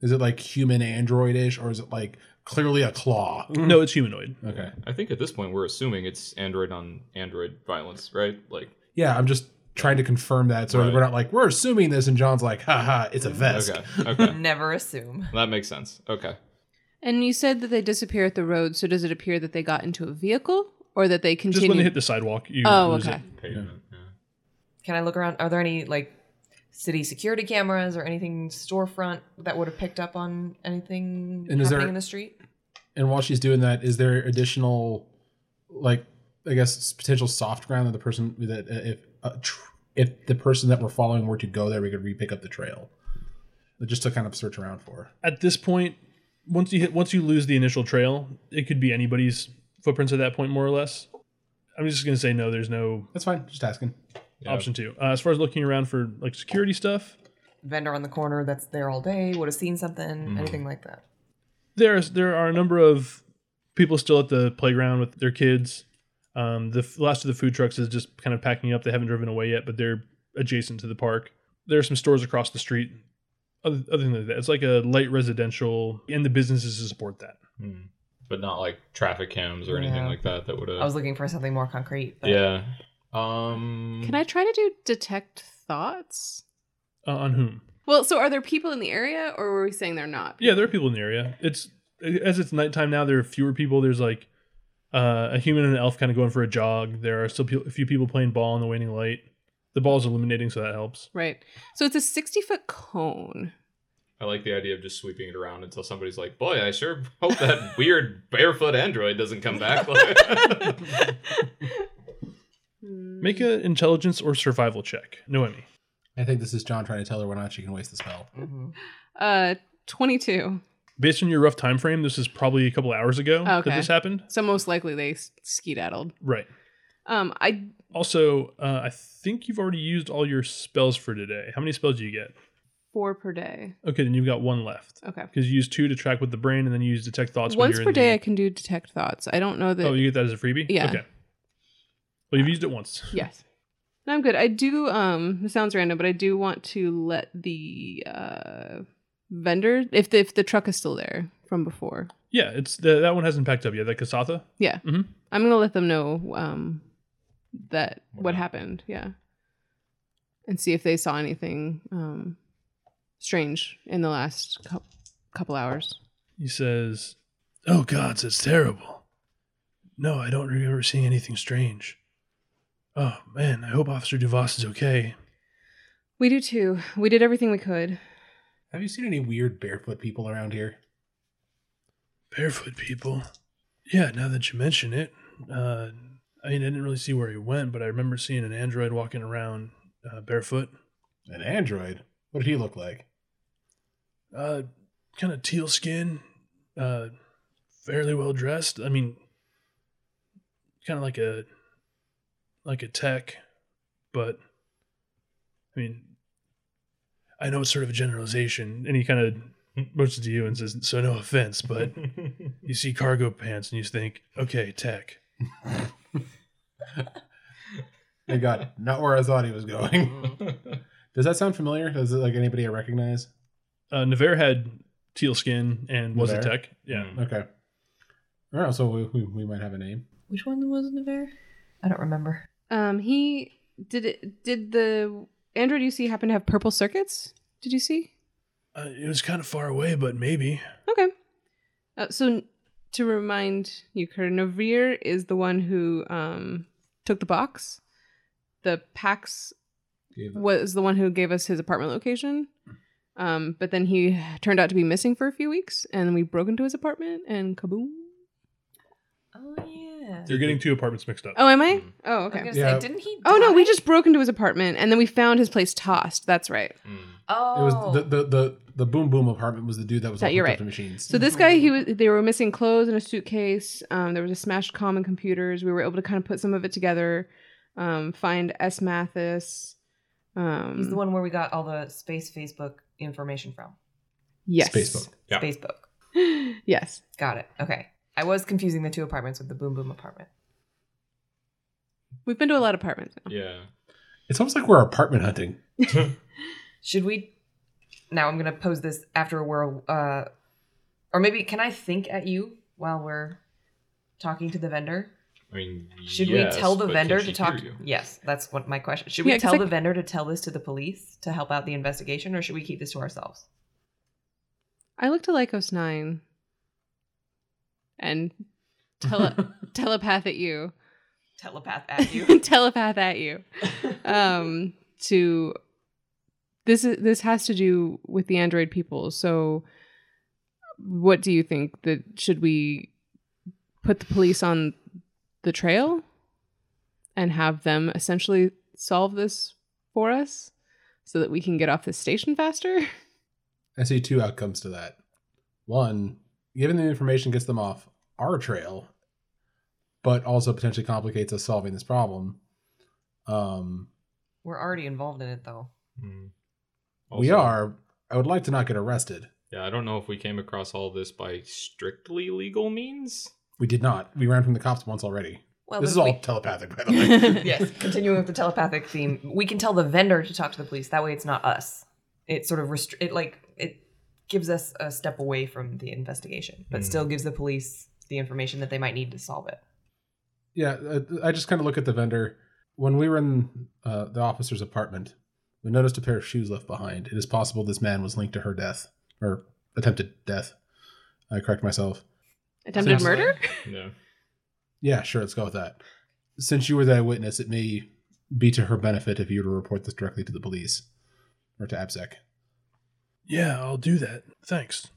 [SPEAKER 3] Is it like human androidish, or is it like clearly a claw?
[SPEAKER 2] Mm-hmm.
[SPEAKER 5] No, it's humanoid.
[SPEAKER 3] Okay,
[SPEAKER 2] I think at this point we're assuming it's android on android violence, right? Like,
[SPEAKER 3] yeah, I'm just trying to confirm that so that
[SPEAKER 2] Right.
[SPEAKER 3] we're not like we're assuming this, and John's like, haha, it's a vest.
[SPEAKER 2] okay, okay,
[SPEAKER 4] Never assume.
[SPEAKER 2] that makes sense. Okay,
[SPEAKER 6] And you said that they disappear at the road, so does it appear that they got into a vehicle or that they continue?
[SPEAKER 5] Just when they hit the sidewalk, you
[SPEAKER 6] oh,
[SPEAKER 5] lose
[SPEAKER 6] okay.
[SPEAKER 5] it.
[SPEAKER 2] pavement. Yeah.
[SPEAKER 4] Can I look around? Are there any like city security cameras or anything storefront that would have picked up on anything
[SPEAKER 3] And
[SPEAKER 4] happening
[SPEAKER 3] is there-
[SPEAKER 4] in the street?
[SPEAKER 3] And while she's doing that, is there additional, like, I guess potential soft ground that the person that uh, if uh, tr- if the person that we're following were to go there, we could re-pick up the trail, just to kind of search around for.
[SPEAKER 5] At this point, once you hit, once you lose the initial trail, it could be anybody's footprints at that point, more or less. I'm just gonna say no. There's no
[SPEAKER 3] That's fine. Just asking.
[SPEAKER 2] Yeah.
[SPEAKER 5] option two. Uh, as far as looking around for like security stuff,
[SPEAKER 4] Vendor on the corner that's there all day would have seen something, anything like that.
[SPEAKER 5] there's there are a number of people still at the playground with their kids. Um, the f- last of the food trucks is just kind of packing up. They haven't driven away yet, but they're adjacent to the park. There are some stores across the street. Other, other than that, it's like a light residential, and the businesses to support that.
[SPEAKER 2] Hmm. But not like traffic cams or anything
[SPEAKER 4] Yeah.
[SPEAKER 2] like that. That would have.
[SPEAKER 4] I was looking for something more concrete. but-
[SPEAKER 2] yeah. Um.
[SPEAKER 6] Can I try to do detect thoughts?
[SPEAKER 5] Uh, on whom?
[SPEAKER 6] Well, so are there people in the area or were we saying they're not?
[SPEAKER 5] Yeah, there are people in the area. It's as it's nighttime now. There are fewer people. There's like uh, a human and an elf kind of going for a jog. There are still pe- a few people playing ball in the waning light. The ball's illuminating, so that helps.
[SPEAKER 6] Right. So it's a 60 foot cone.
[SPEAKER 2] I like the idea of just sweeping it around until somebody's like, "Boy, I sure hope that weird barefoot android doesn't come back."
[SPEAKER 5] Make an intelligence or survival check, Noemi.
[SPEAKER 3] I think this is John trying to tell her whether or not she can waste the spell.
[SPEAKER 4] Mhm.
[SPEAKER 6] Uh, 22.
[SPEAKER 5] Based on your rough time frame, this is probably a couple hours ago
[SPEAKER 6] Okay.
[SPEAKER 5] that this happened.
[SPEAKER 6] So most likely they s- skedaddled.
[SPEAKER 5] Right.
[SPEAKER 6] Um, I
[SPEAKER 5] Also, uh, I think you've already used all your spells for today. How many spells do you get?
[SPEAKER 6] four per day.
[SPEAKER 5] Okay, then you've got one left
[SPEAKER 6] Okay.
[SPEAKER 5] because you use two to track with the brain, and then you use detect thoughts. when
[SPEAKER 6] Once
[SPEAKER 5] you're
[SPEAKER 6] per
[SPEAKER 5] in the-
[SPEAKER 6] day, I can do detect thoughts. I don't know that.
[SPEAKER 5] Oh, you get that as a freebie?
[SPEAKER 6] Yeah.
[SPEAKER 5] Okay. Well, you've used it once.
[SPEAKER 6] Yes. No, I'm good. I do. Um, this sounds random, but I do want to let the uh, vendor, if the, if the truck is still there from before,
[SPEAKER 5] Yeah, it's the, that one hasn't packed up yet. That Kasatha.
[SPEAKER 6] yeah,
[SPEAKER 5] Mhm.
[SPEAKER 6] I'm gonna let them know um, that
[SPEAKER 2] What
[SPEAKER 6] what,
[SPEAKER 2] happened.
[SPEAKER 6] happened. Yeah, and see if they saw anything um, strange in the last cou- couple hours.
[SPEAKER 5] He says, "Oh gods, it's terrible. No, I don't remember seeing anything strange. Oh man, I hope Officer Duvasse is okay.
[SPEAKER 6] We do too. We did everything we could.
[SPEAKER 3] Have you seen any weird barefoot people around here?
[SPEAKER 5] Barefoot people. Yeah, now that you mention it, uh, I mean, I didn't really see where he went, but I remember seeing an android walking around uh, barefoot.
[SPEAKER 3] An android? What did he look like?
[SPEAKER 5] Uh, kind of teal skin, uh, fairly well dressed. I mean, kind of like a like a tech, but I mean, I know it's sort of a generalization. And he kind of approaches to you and says, "So no offense, but you see cargo pants and you think, okay, tech."
[SPEAKER 3] Thank God, not where I thought he was going. Does that sound familiar? Does it like anybody I recognize?
[SPEAKER 5] Uh, Navarre had teal skin and was a
[SPEAKER 3] Navarre?
[SPEAKER 5] tech. Yeah.
[SPEAKER 3] Okay. All right, so we, we, we might have a name.
[SPEAKER 4] Which one was Navarre? I don't remember.
[SPEAKER 6] Um, he did. It, did the android you see happen to have purple circuits? Did you see?
[SPEAKER 5] Uh, it was kind of far away, but maybe.
[SPEAKER 6] Okay. Uh, so to remind you, Kurt, Navir is the one who um took the box. The Pax
[SPEAKER 3] Gave-
[SPEAKER 6] was the one who gave us his apartment location. Um, but then he turned out to be missing for a few weeks, and we broke into his apartment, and kaboom!
[SPEAKER 4] Oh yeah.
[SPEAKER 5] You're getting two apartments mixed up.
[SPEAKER 6] Oh, am I?
[SPEAKER 2] Mm.
[SPEAKER 6] Oh,
[SPEAKER 4] I
[SPEAKER 6] okay.
[SPEAKER 4] was gonna
[SPEAKER 3] Yeah.
[SPEAKER 4] say, didn't he?
[SPEAKER 6] Oh no, we
[SPEAKER 4] die?
[SPEAKER 6] just broke into his apartment, and then we found his place tossed. That's right.
[SPEAKER 2] Mm.
[SPEAKER 4] Oh,
[SPEAKER 3] It was the, the the the boom boom apartment was the dude that was
[SPEAKER 6] That
[SPEAKER 3] all
[SPEAKER 6] you're
[SPEAKER 3] hooked
[SPEAKER 6] right.
[SPEAKER 3] up to machines.
[SPEAKER 6] So this guy, he was. They were missing clothes and a suitcase. Um, there was a smashed comm and computers. We were able to kind of put some of it together. Um, find S Mathis. Um,
[SPEAKER 3] Mm.
[SPEAKER 4] he's the one where we got all the space Facebook information from.
[SPEAKER 6] Yes.
[SPEAKER 3] Facebook.
[SPEAKER 2] Yeah.
[SPEAKER 4] Facebook.
[SPEAKER 6] yes.
[SPEAKER 4] Got it. Okay. I was confusing the two apartments with the Boom Boom apartment.
[SPEAKER 6] We've been to a lot of apartments. Now.
[SPEAKER 2] Yeah.
[SPEAKER 3] It's almost like we're apartment hunting.
[SPEAKER 4] Should we? Now I'm gonna pose this after we're, uh, or maybe can I think at you while we're talking to the vendor?
[SPEAKER 2] I mean,
[SPEAKER 4] Should
[SPEAKER 2] yes,
[SPEAKER 4] we tell the
[SPEAKER 2] but
[SPEAKER 4] vendor
[SPEAKER 2] can she
[SPEAKER 4] to talk?
[SPEAKER 2] hear you?
[SPEAKER 4] Yes, that's what my question. Should
[SPEAKER 6] Yeah,
[SPEAKER 4] we
[SPEAKER 6] 'cause
[SPEAKER 4] tell
[SPEAKER 6] I-
[SPEAKER 4] the vendor to tell this to the police to help out the investigation, or should we keep this to ourselves?
[SPEAKER 6] I looked to Lycos Nine. And tele- telepath at you.
[SPEAKER 4] Telepath at you.
[SPEAKER 6] telepath at you. Um, to this is this has to do with the android people. So, what do you think that should we put the police on the trail and have them essentially solve this for us so that we can get off this station faster?
[SPEAKER 3] I see two outcomes to that. One, giving them information gets them off our trail, but also potentially complicates us solving this problem. Um,
[SPEAKER 4] We're already involved in it, though.
[SPEAKER 2] Mm.
[SPEAKER 3] we
[SPEAKER 2] Also,
[SPEAKER 3] are. I would like to not get arrested.
[SPEAKER 2] Yeah, I don't know if we came across all this by strictly legal means.
[SPEAKER 3] We did not. We ran from the cops once already.
[SPEAKER 4] Well,
[SPEAKER 3] this is
[SPEAKER 4] if
[SPEAKER 3] all
[SPEAKER 4] Oh, we-
[SPEAKER 3] telepathic, by the way.
[SPEAKER 4] yes, continuing with the telepathic theme, we can tell the vendor to talk to the police. That way, it's not us. It sort of restri- it like it gives us a step away from the investigation, but
[SPEAKER 2] Mm.
[SPEAKER 4] still gives the police the information that they might need to solve it.
[SPEAKER 3] Yeah, I, I just kind of look at the vendor. When we were in uh, the officer's apartment, we noticed a pair of shoes left behind. It is possible this man was linked to her death or attempted death. I correct myself.
[SPEAKER 6] Attempted
[SPEAKER 3] Sounds
[SPEAKER 6] murder?
[SPEAKER 2] No.
[SPEAKER 3] Yeah, sure, let's go with that. Since you were the witness, it may be to her benefit if you were to report this directly to the police or to ABSEC.
[SPEAKER 5] Yeah, I'll do that. Thanks.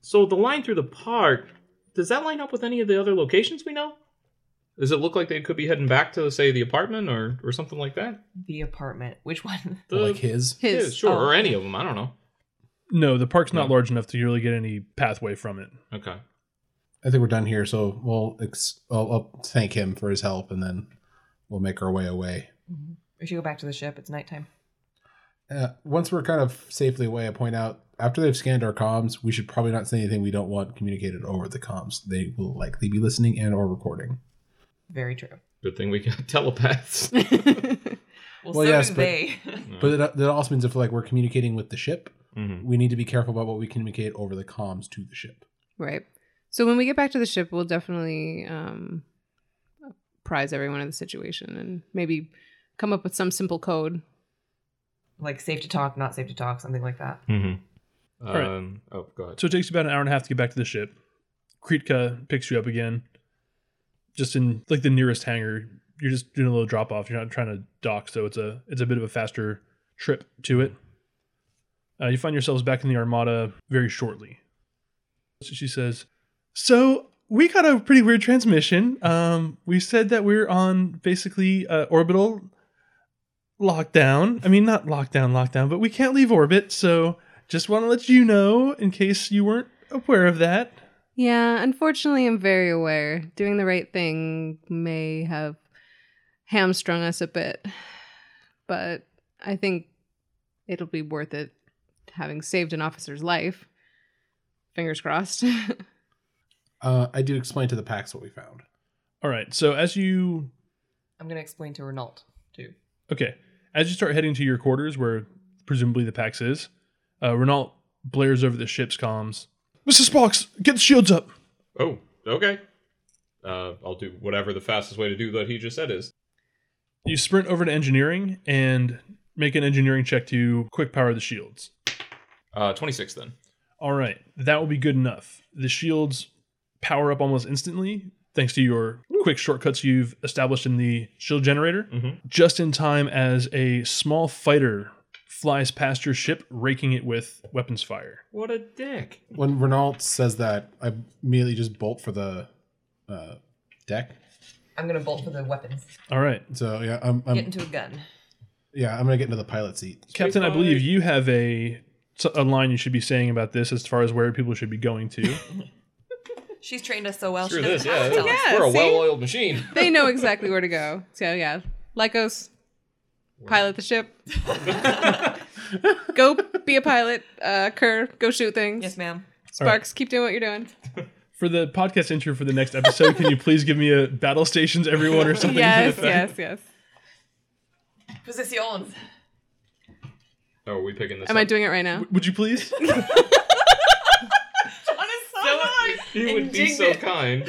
[SPEAKER 2] So the line through the park, does that line up with any of the other locations we know? Does it look like they could be heading back to, say, the apartment or, or something like that?
[SPEAKER 4] The apartment, which one?
[SPEAKER 2] The,
[SPEAKER 3] like his.
[SPEAKER 2] yeah,
[SPEAKER 6] His.
[SPEAKER 2] sure,
[SPEAKER 4] oh.
[SPEAKER 2] or any of them. I don't know.
[SPEAKER 5] No, the park's not
[SPEAKER 2] Yeah.
[SPEAKER 5] large enough to really get any pathway from it.
[SPEAKER 2] Okay.
[SPEAKER 3] I think we're done here, so we'll ex- I'll, I'll thank him for his help, and then we'll make our way away.
[SPEAKER 4] Mhm. We should go back to the ship. It's nighttime.
[SPEAKER 3] Uh, once we're kind of safely away, I point out after they've scanned our comms, we should probably not say anything we don't want communicated over the comms. They will likely be listening and or recording.
[SPEAKER 4] Very true.
[SPEAKER 2] Good thing we got telepaths.
[SPEAKER 4] Well,
[SPEAKER 3] Well,
[SPEAKER 4] so
[SPEAKER 3] yes,
[SPEAKER 4] do
[SPEAKER 3] but-
[SPEAKER 4] they.
[SPEAKER 3] But that, that also means if like we're communicating with the ship,
[SPEAKER 2] Mhm.
[SPEAKER 3] we need to be careful about what we communicate over the comms to the ship.
[SPEAKER 6] Right. So when we get back to the ship, we'll definitely um, prize everyone of the situation and maybe come up with some simple code.
[SPEAKER 4] like safe to talk, not safe to talk, something like that.
[SPEAKER 2] Mm-hmm.
[SPEAKER 5] right.
[SPEAKER 2] Um, Oh, God.
[SPEAKER 5] So it takes you about an hour and a half to get back to the ship. Kritka picks you up again, just in like the nearest hangar you're just doing a little drop off. You're not trying to dock, so it's a it's a bit of a faster trip to it. Uh, you find yourselves back in the Armada very shortly. So she says, "So we got a pretty weird transmission. Um, we said that we're on basically uh, orbital lockdown. I mean, not lockdown, lockdown, but we can't leave orbit. So just want to let you know in case you weren't aware of that."
[SPEAKER 6] Yeah, unfortunately, I'm very aware. Doing the right thing may have hamstrung us a bit, but I think it'll be worth it having saved an officer's life. Fingers crossed.
[SPEAKER 3] Uh, I do explain to the packs what we found.
[SPEAKER 5] All right. So as you
[SPEAKER 4] I'm gonna explain to Renault too.
[SPEAKER 5] Okay. As you start heading to your quarters, where presumably the PAX is, uh, Renault blares over the ship's comms. Mr. Spox, get the shields up.
[SPEAKER 2] Oh, okay. Uh, I'll do whatever the fastest way to do what he just said is.
[SPEAKER 5] You sprint over to engineering and make an engineering check to quick power the shields.
[SPEAKER 2] Uh, 26 then.
[SPEAKER 5] All right. That will be good enough. The shields power up almost instantly thanks to your quick shortcuts you've established in the shield generator.
[SPEAKER 2] Mhm.
[SPEAKER 5] just in time as a small fighter flies past your ship, raking it with weapons fire.
[SPEAKER 2] What a dick.
[SPEAKER 3] When Renault says that, I immediately just bolt for the uh, deck.
[SPEAKER 4] I'm gonna bolt for the weapons.
[SPEAKER 5] All right,
[SPEAKER 3] So yeah, I'm,
[SPEAKER 4] Get
[SPEAKER 3] I'm
[SPEAKER 4] into a gun.
[SPEAKER 3] yeah, I'm gonna get into the pilot seat.
[SPEAKER 5] Captain, I
[SPEAKER 2] fight.
[SPEAKER 5] believe you have a a line you should be saying about this as far as where people should be going to.
[SPEAKER 4] She's trained us so well.
[SPEAKER 2] Screw
[SPEAKER 4] she
[SPEAKER 2] this,
[SPEAKER 4] doesn't
[SPEAKER 2] yeah.
[SPEAKER 4] have to tell us.
[SPEAKER 6] Yeah,
[SPEAKER 2] We're a
[SPEAKER 6] see?
[SPEAKER 2] well oiled machine.
[SPEAKER 6] they know exactly where to go. So yeah, Lycos, pilot the ship. go be a pilot. Uh, Kerr, go shoot things.
[SPEAKER 4] Yes, ma'am.
[SPEAKER 6] Sparks, keep doing what you're doing.
[SPEAKER 5] for the podcast intro for the next episode, can you please give me a battle stations everyone or something? to that
[SPEAKER 6] Yes,
[SPEAKER 5] effect?
[SPEAKER 6] yes, yes.
[SPEAKER 4] Positions.
[SPEAKER 2] Oh, are we picking this
[SPEAKER 6] Am
[SPEAKER 2] up?
[SPEAKER 6] I doing it right now?
[SPEAKER 5] Would you please?
[SPEAKER 4] John is so like,
[SPEAKER 2] You would be so
[SPEAKER 4] indignant.
[SPEAKER 2] kind.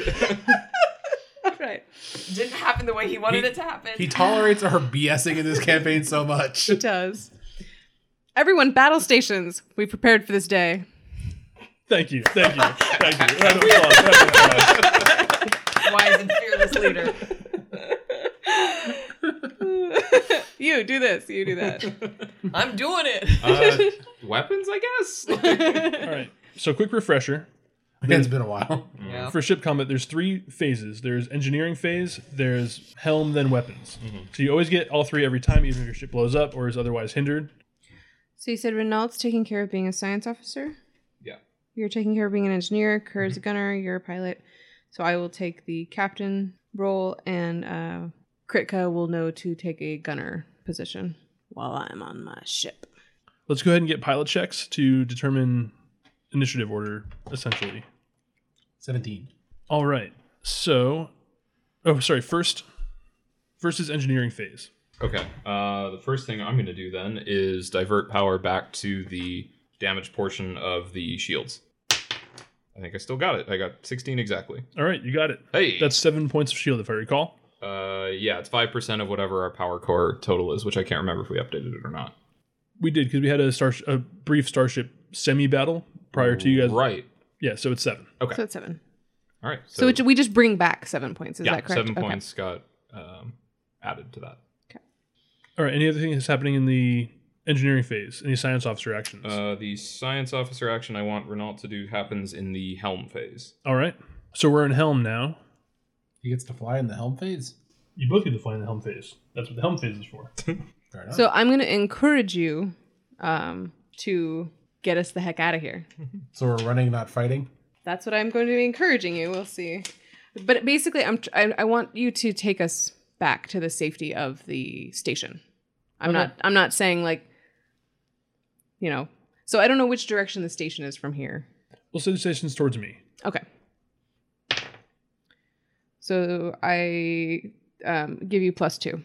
[SPEAKER 6] right.
[SPEAKER 4] Didn't happen the way he wanted it to happen.
[SPEAKER 3] He tolerates our BSing in this campaign so much.
[SPEAKER 6] It does. Everyone, battle stations. We prepared for this day.
[SPEAKER 5] Thank you, thank you, thank you. Round of applause, round of applause.
[SPEAKER 4] Wise and fearless leader.
[SPEAKER 6] you do this. You do that.
[SPEAKER 4] I'm doing it.
[SPEAKER 2] Uh, weapons, I guess?
[SPEAKER 5] All right. So quick refresher.
[SPEAKER 3] It's been a while.
[SPEAKER 4] Yeah.
[SPEAKER 5] for ship combat, there's three phases. There's engineering phase, there's helm, then weapons. So you always get all three every time, even if your ship blows up or is otherwise hindered.
[SPEAKER 6] So you said Renault's taking care of being a science officer.
[SPEAKER 2] Yeah. Mm-hmm.
[SPEAKER 6] You're taking care of being an engineer. Kerr's a gunner. You're a pilot. So I will take the captain role, and uh, Kritka will know to take a gunner position while I'm on my ship.
[SPEAKER 5] Let's go ahead and get pilot checks to determine initiative order, essentially.
[SPEAKER 3] Seventeen.
[SPEAKER 5] All right. So, oh, sorry. First, first is engineering phase.
[SPEAKER 2] Okay. Uh, the first thing I'm going to do then is divert power back to the damaged portion of the shields. I think I still got it. I got 16 exactly.
[SPEAKER 5] All right, you got it.
[SPEAKER 2] Hey,
[SPEAKER 5] That's seven points of shield, if I recall.
[SPEAKER 2] uh, yeah, it's five percent of whatever our power core total is, which I can't remember if we updated it or not.
[SPEAKER 5] We did because we had a star, a brief starship semi battle prior to you guys.
[SPEAKER 2] right?
[SPEAKER 5] Yeah, so it's seven.
[SPEAKER 2] Okay.
[SPEAKER 6] So it's seven.
[SPEAKER 2] All right.
[SPEAKER 6] So, it- we just bring back seven points. Is
[SPEAKER 2] yeah,
[SPEAKER 6] that correct?
[SPEAKER 2] seven
[SPEAKER 6] Okay.
[SPEAKER 2] points got um, added to that.
[SPEAKER 5] All right. Any other thing that's happening in the engineering phase? Any science officer actions?
[SPEAKER 2] Uh, the science officer action I want Renault to do happens in the helm phase.
[SPEAKER 5] All right. So we're in helm now.
[SPEAKER 3] He gets to fly in the helm phase.
[SPEAKER 5] You both get to fly in the helm phase. That's what the helm phase is for.
[SPEAKER 3] Fair enough.
[SPEAKER 6] So I'm going to encourage you um, to get us the heck out of here.
[SPEAKER 3] so we're running, not fighting.
[SPEAKER 6] That's what I'm going to be encouraging you. We'll see. But basically, I'm tr- I, I want you to take us back to the safety of the station. I'm not I'm not saying like, you know. So I don't know which direction the station is from here.
[SPEAKER 5] Well, so the station's towards me.
[SPEAKER 6] Okay. So I um, give you plus two.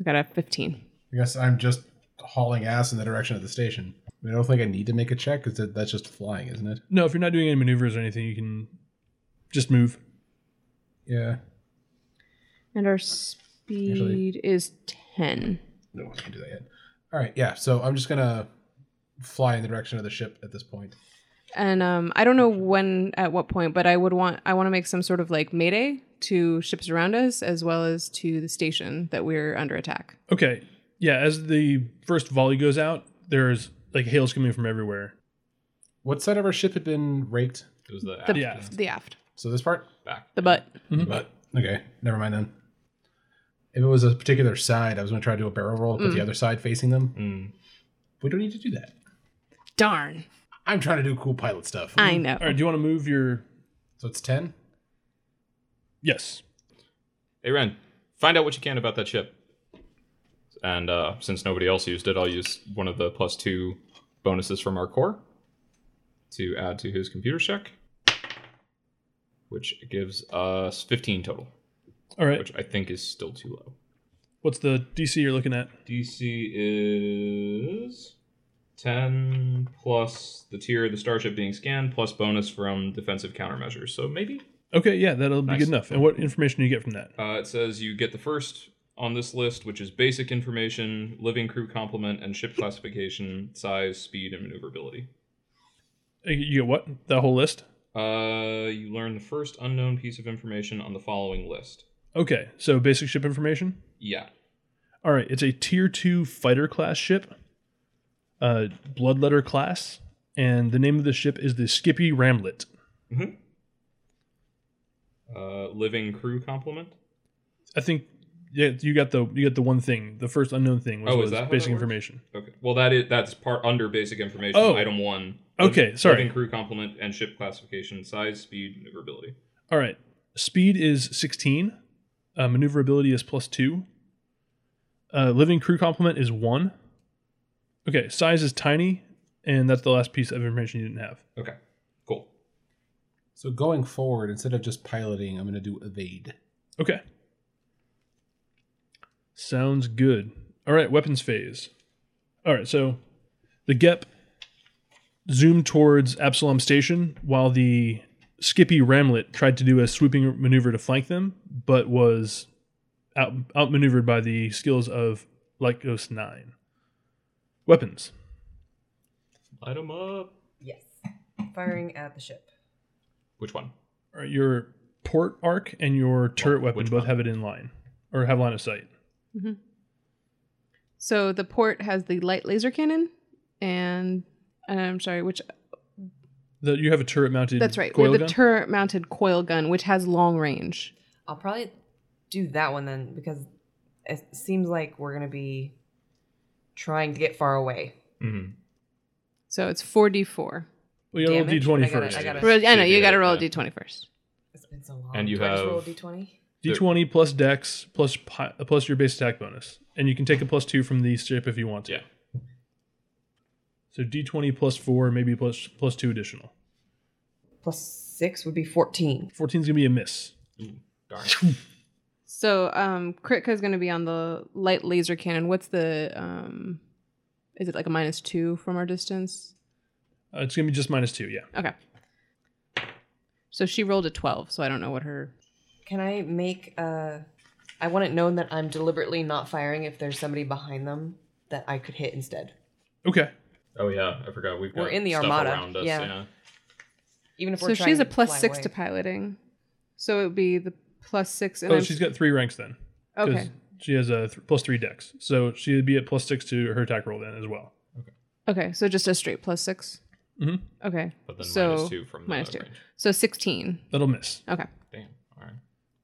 [SPEAKER 6] I got a fifteen.
[SPEAKER 3] I guess I'm just hauling ass in the direction of the station. I, mean, I don't think I need to make a check because that's just flying, isn't it?
[SPEAKER 5] No, if you're not doing any maneuvers or anything, you can just move.
[SPEAKER 3] Yeah.
[SPEAKER 6] And our speed is ten.
[SPEAKER 3] No, I can't do that yet. All right. Yeah. So I'm just gonna fly in the direction of the ship at this point.
[SPEAKER 6] And um, I don't know when, at what point, but I would want, I want to make some sort of like mayday to ships around us as well as to the station that we're under attack.
[SPEAKER 5] Okay. Yeah, as the first volley goes out, there's like hails coming from everywhere.
[SPEAKER 3] What side of our ship had been raked?
[SPEAKER 2] It was the,
[SPEAKER 6] The
[SPEAKER 5] Yeah.
[SPEAKER 2] aft
[SPEAKER 6] The aft,
[SPEAKER 3] So this part?
[SPEAKER 2] back.
[SPEAKER 6] the butt.
[SPEAKER 5] Mhm.
[SPEAKER 3] But okay, never mind then. If it was a particular side, I was going to try to do a barrel roll, put the
[SPEAKER 6] Mm.
[SPEAKER 3] other side facing them.
[SPEAKER 2] Mm.
[SPEAKER 3] We don't need to do that.
[SPEAKER 6] Darn. Mm-hmm.
[SPEAKER 3] I'm trying to do cool pilot stuff.
[SPEAKER 6] I know.
[SPEAKER 5] All right. Do you want to move your.
[SPEAKER 3] So it's ten.
[SPEAKER 5] Yes.
[SPEAKER 2] Hey Ren, find out what you can about that ship. And uh, since nobody else used it, I'll use one of the plus two bonuses from our core to add to his computer check, which gives us 15 total,
[SPEAKER 5] All right.
[SPEAKER 2] which I think is still too low.
[SPEAKER 5] What's the DC you're looking at?
[SPEAKER 2] DC is 10 plus the tier of the starship being scanned plus bonus from defensive countermeasures. So maybe
[SPEAKER 5] Okay. Yeah, that'll be
[SPEAKER 2] Nice.
[SPEAKER 5] good enough. And what information do you get from that?
[SPEAKER 2] Uh, it says you get the first on this list, which is basic information, living crew complement, and ship classification, size, speed, and maneuverability.
[SPEAKER 5] Uh, You get what? That whole list?
[SPEAKER 2] Uh, you learn the first unknown piece of information on the following list.
[SPEAKER 5] Okay. So basic ship information.
[SPEAKER 2] Yeah.
[SPEAKER 5] All right, it's a tier two fighter class ship, uh, bloodletter class, and the name of the ship is the Skippy Ramlet.
[SPEAKER 2] Mm-hmm. Uh, living crew complement.
[SPEAKER 5] I think yeah, you got the you got the one thing, the first unknown thing, which
[SPEAKER 2] Oh, is
[SPEAKER 5] was
[SPEAKER 2] that how that
[SPEAKER 5] basic
[SPEAKER 2] works?
[SPEAKER 5] information.
[SPEAKER 2] Okay. Well, that is that's part under basic information,
[SPEAKER 5] Oh.
[SPEAKER 2] item one.
[SPEAKER 5] Okay, sorry.
[SPEAKER 2] Living crew complement and ship classification, size, speed, maneuverability.
[SPEAKER 5] All right, speed is sixteen, uh, maneuverability is plus two, uh, living crew complement is one. Okay, size is tiny, and that's the last piece of information you didn't have.
[SPEAKER 2] Okay. Cool.
[SPEAKER 3] So going forward, instead of just piloting, I'm going to do evade.
[SPEAKER 5] Okay. Sounds good. All right, weapons phase. All right, so the Gep zoomed towards Absalom Station while the Skippy Ramlet tried to do a swooping maneuver to flank them, but was out, outmaneuvered by the skills of Lycos 9. Weapons.
[SPEAKER 2] Light 'em up.
[SPEAKER 4] Yes. Firing at the ship.
[SPEAKER 2] Which one?
[SPEAKER 5] All right, your port arc and your turret weapon
[SPEAKER 2] which
[SPEAKER 5] both
[SPEAKER 2] one?
[SPEAKER 5] have it in line or have line of sight.
[SPEAKER 6] So the port has the light laser cannon, and and I'm sorry, which
[SPEAKER 5] The, you have a turret mounted.
[SPEAKER 6] that's right,
[SPEAKER 5] coil
[SPEAKER 6] with the
[SPEAKER 5] gun?
[SPEAKER 6] turret mounted coil gun, which has long range.
[SPEAKER 4] I'll probably do that one then because it seems like we're gonna be trying to get far away.
[SPEAKER 2] Mm-hmm.
[SPEAKER 6] So it's 4d4.
[SPEAKER 5] Well, you gotta roll
[SPEAKER 4] Damage?
[SPEAKER 5] d20
[SPEAKER 4] I gotta-
[SPEAKER 5] first.
[SPEAKER 4] I gotta-
[SPEAKER 6] Roll- I know
[SPEAKER 2] if you
[SPEAKER 6] you got to
[SPEAKER 2] hit,
[SPEAKER 6] roll a
[SPEAKER 2] yeah.
[SPEAKER 6] d20 first.
[SPEAKER 4] It's been so long.
[SPEAKER 2] And you
[SPEAKER 4] Do I just roll a
[SPEAKER 2] have-
[SPEAKER 4] d20.
[SPEAKER 5] D20 plus Dex plus pi- plus your base attack bonus, and you can take a plus two from the strip if you want to.
[SPEAKER 2] Yeah.
[SPEAKER 5] So D20 plus four, maybe plus plus two additional.
[SPEAKER 4] Plus six would be fourteen.
[SPEAKER 5] 14 is gonna be a miss.
[SPEAKER 2] Darn.
[SPEAKER 6] So um, Kritka is going to be on the light laser cannon. What's the um, is it like a minus two from our distance?
[SPEAKER 5] Uh, it's gonna be just minus two. Yeah.
[SPEAKER 6] Okay. So she rolled a 12, so I don't know what her.
[SPEAKER 4] Can I make uh I want it known that I'm deliberately not firing if there's somebody behind them that I could hit instead.
[SPEAKER 5] Okay.
[SPEAKER 2] Oh yeah, I forgot. We've got
[SPEAKER 4] We're in the
[SPEAKER 2] stuff
[SPEAKER 4] Armada,
[SPEAKER 2] around us.
[SPEAKER 4] yeah.
[SPEAKER 2] yeah.
[SPEAKER 4] Even if
[SPEAKER 6] So
[SPEAKER 4] we're trying
[SPEAKER 6] she's a
[SPEAKER 4] to
[SPEAKER 6] plus
[SPEAKER 4] fly
[SPEAKER 6] six
[SPEAKER 4] away.
[SPEAKER 6] to piloting. So it would be the plus six. And
[SPEAKER 5] oh,
[SPEAKER 6] I'm-
[SPEAKER 5] she's got three ranks then. 'cause
[SPEAKER 6] Okay.
[SPEAKER 5] She has a th- plus three Dex, so she'd be at plus six to her attack roll then as well.
[SPEAKER 6] Okay, so just a straight plus six.
[SPEAKER 5] Mhm.
[SPEAKER 6] Okay.
[SPEAKER 2] But then
[SPEAKER 6] so
[SPEAKER 2] minus two from the
[SPEAKER 6] minus two.
[SPEAKER 2] range.
[SPEAKER 6] So 16.
[SPEAKER 5] That'll miss.
[SPEAKER 6] Okay. At
[SPEAKER 2] Damn. All right.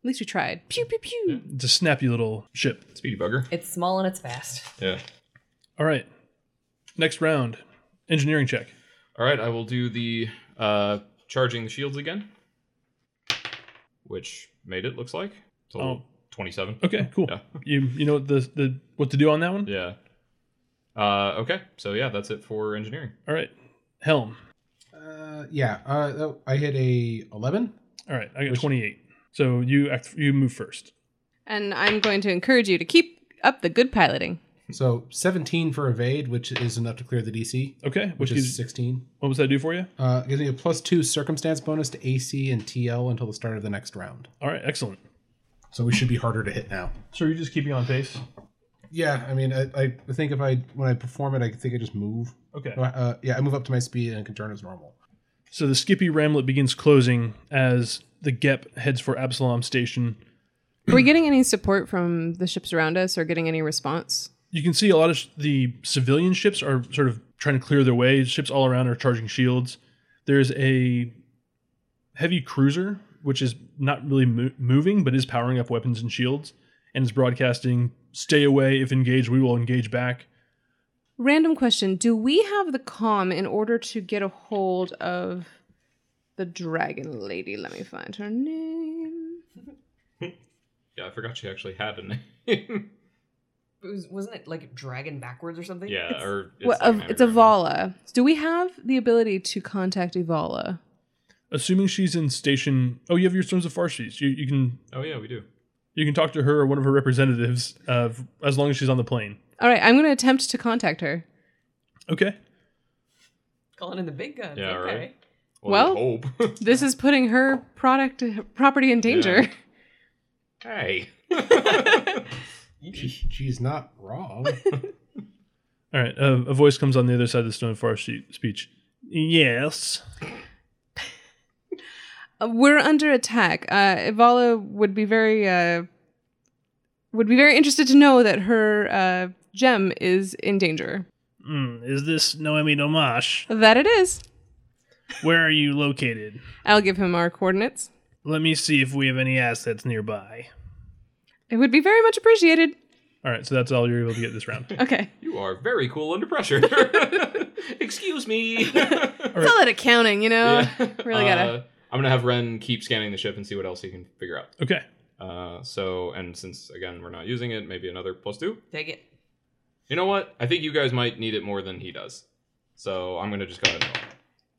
[SPEAKER 6] least you tried. Pew, pew, pew.
[SPEAKER 5] It's a snappy little ship.
[SPEAKER 2] Speedy bugger.
[SPEAKER 4] It's small and it's fast.
[SPEAKER 2] Yeah.
[SPEAKER 5] All right. Next round, engineering check.
[SPEAKER 2] All right. I will do the uh, charging the shields again, which made it looks like. Total
[SPEAKER 5] Oh.
[SPEAKER 2] twenty-seven.
[SPEAKER 5] Okay, cool.
[SPEAKER 2] Yeah.
[SPEAKER 5] You you know what the the what to do on that one?
[SPEAKER 2] Yeah. Uh, okay. So yeah, that's it for engineering.
[SPEAKER 5] All right. Helm.
[SPEAKER 3] Uh, yeah, uh, oh, I hit a eleven.
[SPEAKER 5] All right, I got
[SPEAKER 3] Which-
[SPEAKER 5] 28. So you act, you move first.
[SPEAKER 6] And I'm going to encourage you to keep up the good piloting.
[SPEAKER 3] So seventeen for evade, which is enough to clear the DC,
[SPEAKER 5] Okay,
[SPEAKER 3] which
[SPEAKER 5] which
[SPEAKER 3] is
[SPEAKER 5] gives,
[SPEAKER 3] sixteen.
[SPEAKER 5] what does that do for you?
[SPEAKER 3] Uh, gives me a plus two circumstance bonus to AC and TL until the start of the next round.
[SPEAKER 5] All right, excellent.
[SPEAKER 3] So we should be harder to hit now.
[SPEAKER 5] So you're just keeping on pace.
[SPEAKER 3] Yeah, I mean, I, I think if I when I perform it, I think I just move.
[SPEAKER 5] Okay.
[SPEAKER 3] Uh, yeah, I move up to my speed and can turn as normal.
[SPEAKER 5] So the Skippy Ramlet begins closing as the Gep heads for Absalom Station.
[SPEAKER 6] Are we getting any support from the ships around us or getting any response?
[SPEAKER 5] You can see a lot of sh- the civilian ships are sort of trying to clear their way. Ships all around are charging shields. There's a heavy cruiser, which is not really mo- moving, but is powering up weapons and shields and is broadcasting stay away. If engaged, we will engage back.
[SPEAKER 6] Random question Do we have the comm in order to get a hold of the dragon lady? Let me find her name.
[SPEAKER 2] Yeah, I forgot she actually had a name.
[SPEAKER 4] It was, wasn't it like dragon backwards or something?
[SPEAKER 2] yeah,
[SPEAKER 4] It's-
[SPEAKER 2] or
[SPEAKER 6] Well,
[SPEAKER 2] like an
[SPEAKER 6] of- it's
[SPEAKER 2] anagram.
[SPEAKER 6] Evala. Do we have the ability to contact Evala?
[SPEAKER 5] Assuming she's in station. Oh, you have your Sons of Farsis. You, you can
[SPEAKER 2] Oh yeah, we do.
[SPEAKER 5] you can talk to her or one of her representatives uh, f- as long as she's on the plane.
[SPEAKER 6] All right, I'm going to attempt to contact her.
[SPEAKER 5] Okay.
[SPEAKER 4] calling in the big guns.
[SPEAKER 2] Yeah,
[SPEAKER 4] okay.
[SPEAKER 2] right.
[SPEAKER 6] Well-
[SPEAKER 2] we hope.
[SPEAKER 6] This is putting her product property in danger.
[SPEAKER 2] hey.
[SPEAKER 3] She, she's not wrong.
[SPEAKER 5] All right. Uh, a voice comes on the other side of the Stone of Farsi speech. Yes.
[SPEAKER 6] Uh, we're under attack. Uh, Ivala would be very uh, would be very interested to know that her uh, gem is in danger.
[SPEAKER 5] Hmm, is this Noemi Domash?
[SPEAKER 6] That it is.
[SPEAKER 5] Where are you located?
[SPEAKER 6] I'll give him our coordinates.
[SPEAKER 5] Let me see if we have any assets nearby.
[SPEAKER 6] It would be very much appreciated.
[SPEAKER 5] All right, so that's all you're able to get this round.
[SPEAKER 6] Okay.
[SPEAKER 2] You are very cool under pressure. Excuse me.
[SPEAKER 6] It's all that accounting, you know. really gotta-
[SPEAKER 2] Uh, I'm gonna have Ren keep scanning the ship and see what else he can figure out.
[SPEAKER 5] Okay.
[SPEAKER 2] Uh, so, and since again we're not using it, maybe another plus two.
[SPEAKER 4] Take it.
[SPEAKER 2] You know what? I think you guys might need it more than he does. So I'm gonna just go ahead and roll.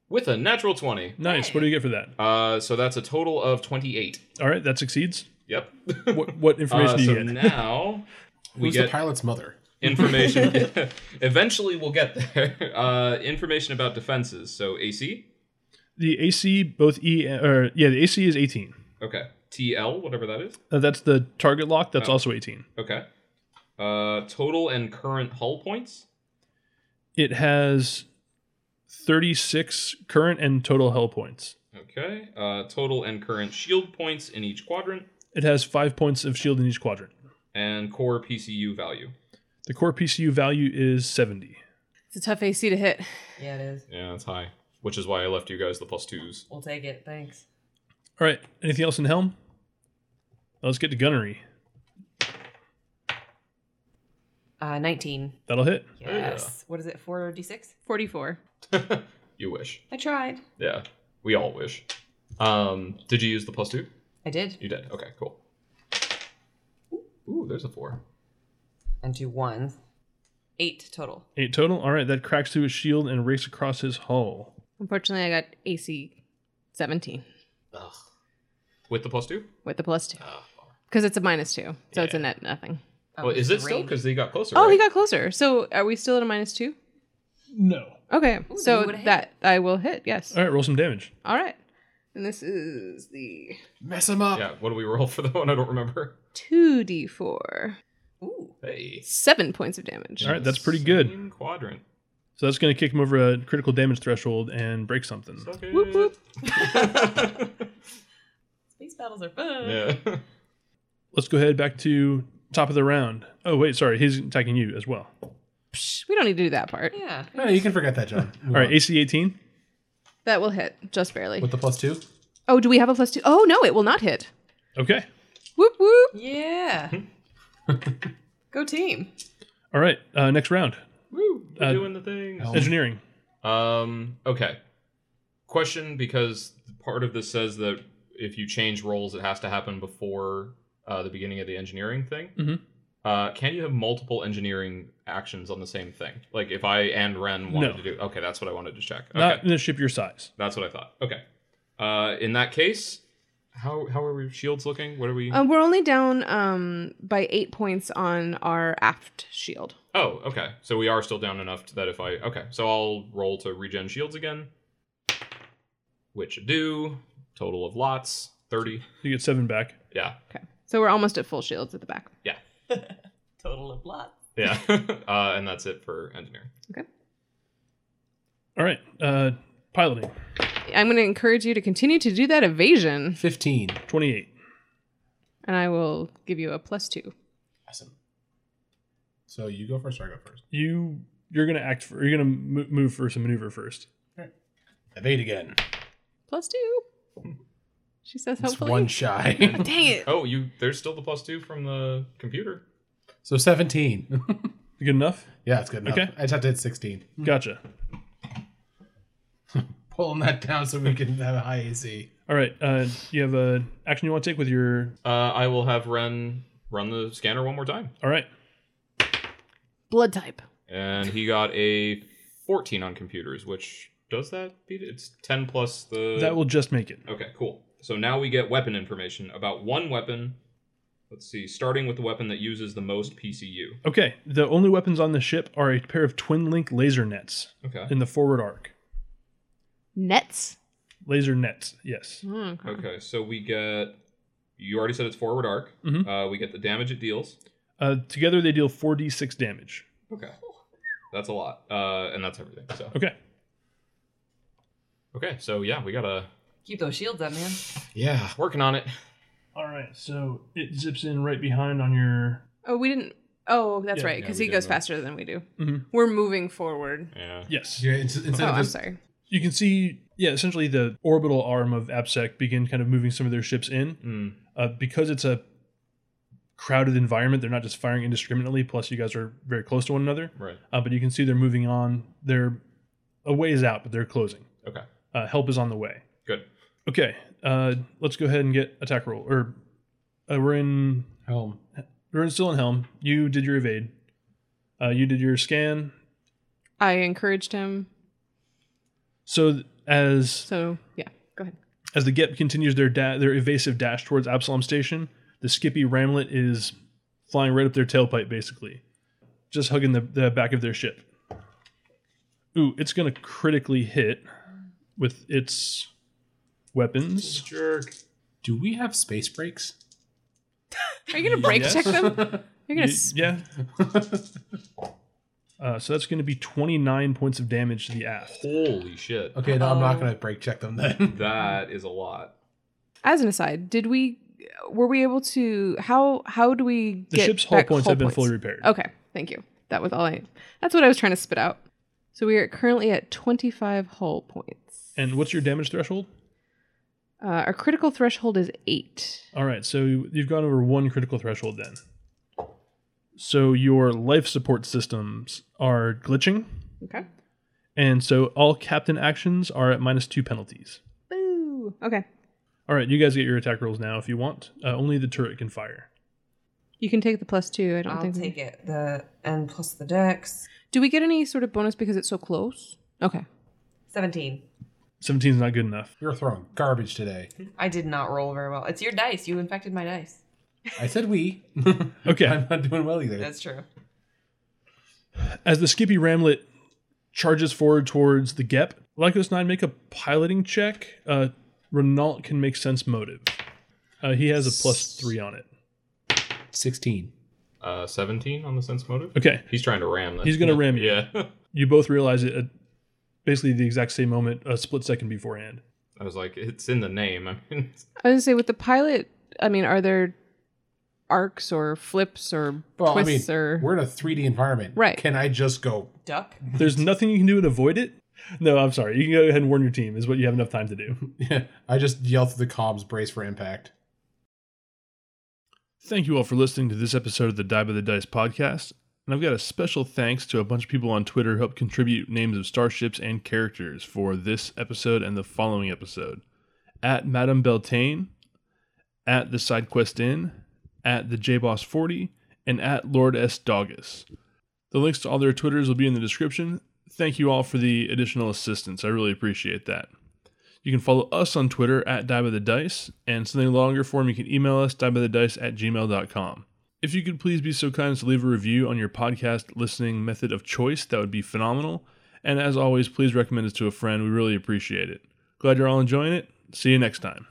[SPEAKER 2] with a natural twenty.
[SPEAKER 5] Nice. What do you get for that?
[SPEAKER 2] Uh, so that's a total of twenty-eight.
[SPEAKER 5] All right, that succeeds.
[SPEAKER 2] Yep.
[SPEAKER 5] What, what information
[SPEAKER 2] Uh,
[SPEAKER 5] do you
[SPEAKER 2] so
[SPEAKER 5] get?
[SPEAKER 2] now we
[SPEAKER 3] Who's
[SPEAKER 2] get
[SPEAKER 3] the pilot's mother?
[SPEAKER 2] information. Eventually, we'll get there. Uh, information about defenses. So AC.
[SPEAKER 5] the AC, both E, or yeah, the AC is 18.
[SPEAKER 2] Okay. TL, whatever that is.
[SPEAKER 5] Uh, that's the target lock. That's
[SPEAKER 2] Oh.
[SPEAKER 5] also 18.
[SPEAKER 2] Okay. Uh, total and current hull points.
[SPEAKER 5] It has 36 current and total hell points.
[SPEAKER 2] Okay. Uh, total and current shield points in each quadrant
[SPEAKER 5] It has five points of shield in each quadrant.
[SPEAKER 2] and core PCU value.
[SPEAKER 5] The core PCU value is 70.
[SPEAKER 6] It's a tough AC to hit.
[SPEAKER 4] Yeah, it is.
[SPEAKER 2] Yeah, that's high. Which is why I left you guys the plus twos.
[SPEAKER 4] We'll take it. Thanks.
[SPEAKER 5] All right. Anything else in Helm? Let's get to Gunnery.
[SPEAKER 4] Uh, 19.
[SPEAKER 5] That'll hit.
[SPEAKER 2] Oh,
[SPEAKER 4] Yes. What is it? 4d6?
[SPEAKER 6] Forty-four.
[SPEAKER 2] You wish.
[SPEAKER 4] I tried.
[SPEAKER 2] Yeah, we all wish. Um, did you use the plus two?
[SPEAKER 4] I did.
[SPEAKER 2] You did. Okay, cool. Ooh, there's a four.
[SPEAKER 4] And two ones. Eight total.
[SPEAKER 5] Eight total. All right. That cracks through his shield and rakes across his hull.
[SPEAKER 6] Unfortunately, I got AC seventeen
[SPEAKER 2] Ugh. With the plus two?
[SPEAKER 6] with the plus two
[SPEAKER 2] Ugh.
[SPEAKER 6] because it's a minus two, so it's a net nothing.
[SPEAKER 4] Oh,
[SPEAKER 2] Well, is it still?
[SPEAKER 4] great.
[SPEAKER 2] Because he got closer.
[SPEAKER 6] Oh, he
[SPEAKER 2] right?
[SPEAKER 6] got closer. So are we still at a minus two?
[SPEAKER 5] No.
[SPEAKER 6] Okay,
[SPEAKER 4] Ooh, then you
[SPEAKER 6] so
[SPEAKER 4] would've hit.
[SPEAKER 6] that I will hit. Yes.
[SPEAKER 5] All right. Roll some damage.
[SPEAKER 6] All right. And this is the
[SPEAKER 3] Mess him up.
[SPEAKER 2] Yeah, what do we roll for that one? I don't remember.
[SPEAKER 6] 2d4.
[SPEAKER 4] Ooh.
[SPEAKER 2] Hey.
[SPEAKER 6] Seven points of damage.
[SPEAKER 5] All right, that's pretty good.
[SPEAKER 2] Same Quadrant.
[SPEAKER 5] So that's going to kick him over a critical damage threshold and break something.
[SPEAKER 2] Suck
[SPEAKER 6] Whoop, whoop.
[SPEAKER 2] it.
[SPEAKER 4] Space battles are fun.
[SPEAKER 2] yeah.
[SPEAKER 5] Let's go ahead back to top of the round. Oh, wait. Sorry. He's attacking you as well. All
[SPEAKER 6] Psh, we don't need to do that part.
[SPEAKER 4] Yeah.
[SPEAKER 3] No, you can forget that, John. Move
[SPEAKER 5] right.
[SPEAKER 3] on.
[SPEAKER 5] AC 18.
[SPEAKER 6] That will hit, just barely.
[SPEAKER 3] With the plus two?
[SPEAKER 6] Oh, do we have a plus two? Oh, no, it will not hit.
[SPEAKER 5] Okay.
[SPEAKER 6] Whoop, whoop.
[SPEAKER 4] Yeah.
[SPEAKER 2] Hmm.
[SPEAKER 4] Go team.
[SPEAKER 5] All right. Uh, next round.
[SPEAKER 2] Woo, we're
[SPEAKER 5] Uh,
[SPEAKER 2] doing the thing.
[SPEAKER 3] Helm.
[SPEAKER 5] Engineering.
[SPEAKER 2] Um, okay. Question because part of this says that if you change roles, it has to happen before uh, the beginning of the engineering thing.
[SPEAKER 5] Mhm.
[SPEAKER 2] Uh, can you have multiple engineering actions on the same thing? Like if I and Ren wanted
[SPEAKER 5] No.
[SPEAKER 2] to do. Okay, that's what I wanted to check. Okay,
[SPEAKER 5] Not in the ship your size.
[SPEAKER 2] that's what I thought. Okay. Uh, in that case, how how are we shields looking? What are we?
[SPEAKER 6] Um, we're only down um, by eight points on our aft shield.
[SPEAKER 2] Oh, okay. So we are still down enough to that if I okay, so I'll roll to regen shields again. Which I do. Total of lots. Thirty.
[SPEAKER 5] You get seven back.
[SPEAKER 2] Yeah.
[SPEAKER 6] So we're almost at full shields at the back.
[SPEAKER 4] Total of blood.
[SPEAKER 2] Yeah. uh, and that's it for engineering.
[SPEAKER 5] All right. Uh, Piloting,
[SPEAKER 6] I'm going to encourage you to continue to do that evasion,
[SPEAKER 3] 15.
[SPEAKER 5] 28.
[SPEAKER 6] and I will give you a plus two.
[SPEAKER 3] Awesome. So you go first or I go first?
[SPEAKER 5] You you're gonna act. For, you're gonna mo- move first and maneuver first.
[SPEAKER 3] Evade again.
[SPEAKER 6] Plus two. She says
[SPEAKER 3] It's
[SPEAKER 6] hopefully.
[SPEAKER 3] one shy.
[SPEAKER 6] Dang it.
[SPEAKER 2] Oh, you there's still the plus two from the computer.
[SPEAKER 3] so 17.
[SPEAKER 5] Good enough.
[SPEAKER 3] yeah, it's good enough.
[SPEAKER 5] Okay.
[SPEAKER 3] I just have to hit 16.
[SPEAKER 5] Gotcha.
[SPEAKER 3] Pulling that down so we can have a high AC.
[SPEAKER 5] All right. Uh, you have a action you want to take with your.
[SPEAKER 2] Uh, I will have Ren run the scanner one more time,
[SPEAKER 5] All right.
[SPEAKER 6] Blood type.
[SPEAKER 2] and he got a 14 on computers, which does that beat it? It's 10 plus the
[SPEAKER 5] That will just make it.
[SPEAKER 2] Okay, cool. So now we get weapon information about one weapon. Let's see, starting with the weapon that uses the most PCU.
[SPEAKER 5] Okay. The only weapons on the ship are a pair of twin link laser nets
[SPEAKER 2] Okay.
[SPEAKER 5] in the forward arc.
[SPEAKER 6] Nets.
[SPEAKER 5] Laser nets. Yes.
[SPEAKER 6] Oh,
[SPEAKER 2] Okay, so we get. You already said it's forward arc.
[SPEAKER 5] Mhm.
[SPEAKER 2] Uh, we get the damage it deals.
[SPEAKER 5] Uh, together they deal 4d6 damage.
[SPEAKER 2] Okay. That's a lot. Uh, and that's everything. So.
[SPEAKER 5] Okay.
[SPEAKER 2] Okay, so yeah, we gotta.
[SPEAKER 4] Keep those shields up, man.
[SPEAKER 3] Yeah.
[SPEAKER 2] Working on it.
[SPEAKER 5] All right. So it zips in right behind on your.
[SPEAKER 6] Oh, we didn't. Oh, that's
[SPEAKER 5] Yeah,
[SPEAKER 6] right,
[SPEAKER 3] yeah,
[SPEAKER 6] because
[SPEAKER 3] we
[SPEAKER 6] he
[SPEAKER 3] didn't
[SPEAKER 6] goes
[SPEAKER 3] move.
[SPEAKER 6] faster than we do.
[SPEAKER 5] Mhm.
[SPEAKER 6] We're moving forward.
[SPEAKER 2] Yeah.
[SPEAKER 5] Yes.
[SPEAKER 3] Yeah, it's, instead
[SPEAKER 6] Oh,
[SPEAKER 3] of
[SPEAKER 6] I'm
[SPEAKER 3] just
[SPEAKER 6] sorry.
[SPEAKER 5] You can see, yeah, essentially the orbital arm of APSEC begin kind of moving some of their ships in.
[SPEAKER 2] Mm.
[SPEAKER 5] Uh, because it's a crowded environment, they're not just firing indiscriminately. Plus, you guys are very close to one another.
[SPEAKER 2] Right.
[SPEAKER 5] Uh, but you can see they're moving on. They're a ways out, but they're closing.
[SPEAKER 2] Okay.
[SPEAKER 5] Uh, help is on the way.
[SPEAKER 2] Good.
[SPEAKER 5] Okay, uh, let's go ahead and get attack roll. Or uh, we're in
[SPEAKER 3] helm.
[SPEAKER 5] we're in still in helm. You did your evade. Uh, you did your scan.
[SPEAKER 6] I encouraged him.
[SPEAKER 5] So th- as
[SPEAKER 6] So yeah, go ahead.
[SPEAKER 5] As the Gep continues their da- their evasive dash towards Absalom Station, the Skippy Ramlet is flying right up their tailpipe, basically, just hugging the, the back of their ship. Ooh, it's gonna critically hit with its weapons.
[SPEAKER 2] Jerk.
[SPEAKER 3] Do we have space breaks?
[SPEAKER 6] Are you gonna break
[SPEAKER 5] Yes.
[SPEAKER 6] check them? You're gonna.
[SPEAKER 5] Y-
[SPEAKER 6] s
[SPEAKER 5] yeah. Uh, so that's gonna be twenty nine points of damage to the aft.
[SPEAKER 2] Holy shit.
[SPEAKER 3] Okay, no, I'm not
[SPEAKER 4] Oh.
[SPEAKER 3] going to break check them then.
[SPEAKER 2] That is a lot.
[SPEAKER 6] As an aside, did we? Were we able to? How how do we
[SPEAKER 5] The
[SPEAKER 6] get
[SPEAKER 5] ship's hull
[SPEAKER 6] back
[SPEAKER 5] points
[SPEAKER 6] hull
[SPEAKER 5] have been
[SPEAKER 6] points? Oh.
[SPEAKER 5] fully repaired.
[SPEAKER 6] Okay, thank you. That was all I. That's what I was trying to spit out. So we are currently at 25 hull points.
[SPEAKER 5] And what's your damage threshold?
[SPEAKER 6] Uh, our critical threshold is eight.
[SPEAKER 5] All right, so you've gone over one critical threshold then. So your life support systems are glitching,
[SPEAKER 6] Okay.
[SPEAKER 5] and so all captain actions are at minus two penalties.
[SPEAKER 6] Boo. Okay.
[SPEAKER 5] All right, you guys get your attack rolls now if you want. Uh, only the turret can fire.
[SPEAKER 6] You can take the plus two. I don't
[SPEAKER 4] I'll
[SPEAKER 6] think. we-
[SPEAKER 4] take it. The and plus the dex.
[SPEAKER 6] Do we get any sort of bonus because it's so close? Okay.
[SPEAKER 4] Seventeen.
[SPEAKER 5] 17 is not good enough.
[SPEAKER 3] You're throwing garbage today.
[SPEAKER 4] I did not roll very well. It's your dice. You infected my dice.
[SPEAKER 3] I said we.
[SPEAKER 5] Okay,
[SPEAKER 3] I'm not doing well either.
[SPEAKER 4] That's true.
[SPEAKER 5] as the Skippy Ramlet charges forward towards the Gep, Lycos 9 make a piloting check. Uh, Renault can make sense motive. Uh, he has a plus three on it.
[SPEAKER 3] 16.
[SPEAKER 2] Uh, 17 on the sense motive.
[SPEAKER 5] Okay,
[SPEAKER 2] He's trying to ram this.
[SPEAKER 5] He's gonna ram you.
[SPEAKER 2] Yeah.
[SPEAKER 5] you both realize it at basically the exact same moment, a split second beforehand.
[SPEAKER 2] I was like, it's in the name. I mean,
[SPEAKER 6] I was gonna say with the pilot. I mean, are there arcs or flips or
[SPEAKER 3] Well,
[SPEAKER 6] twists
[SPEAKER 3] I mean,
[SPEAKER 6] or?
[SPEAKER 3] we're in a 3D environment.
[SPEAKER 6] Right.
[SPEAKER 3] Can I just go?
[SPEAKER 4] Duck.
[SPEAKER 5] There's nothing you can do to avoid it. No, I'm sorry. You can go ahead and warn your team. Is what you have enough time to do.
[SPEAKER 3] I just yell through the comms, brace for impact.
[SPEAKER 5] Thank you all for listening to this episode of the Die by the Dice podcast. And I've got a special thanks to a bunch of people on Twitter who helped contribute names of starships and characters for this episode and the following episode. At Madame Beltane, at the SideQuest Inn, at the JBoss40, and at Lord S. Doggus. The links to all their Twitters will be in the description. Thank you all for the additional assistance. I really appreciate that. You can follow us on Twitter at Die by the Dice, and something longer form, you can email us diebythedice at gmail.com. If you could please be so kind as to leave a review on your podcast listening method of choice, that would be phenomenal. And as always, please recommend us to a friend. We really appreciate it. Glad you're all enjoying it. See you next time.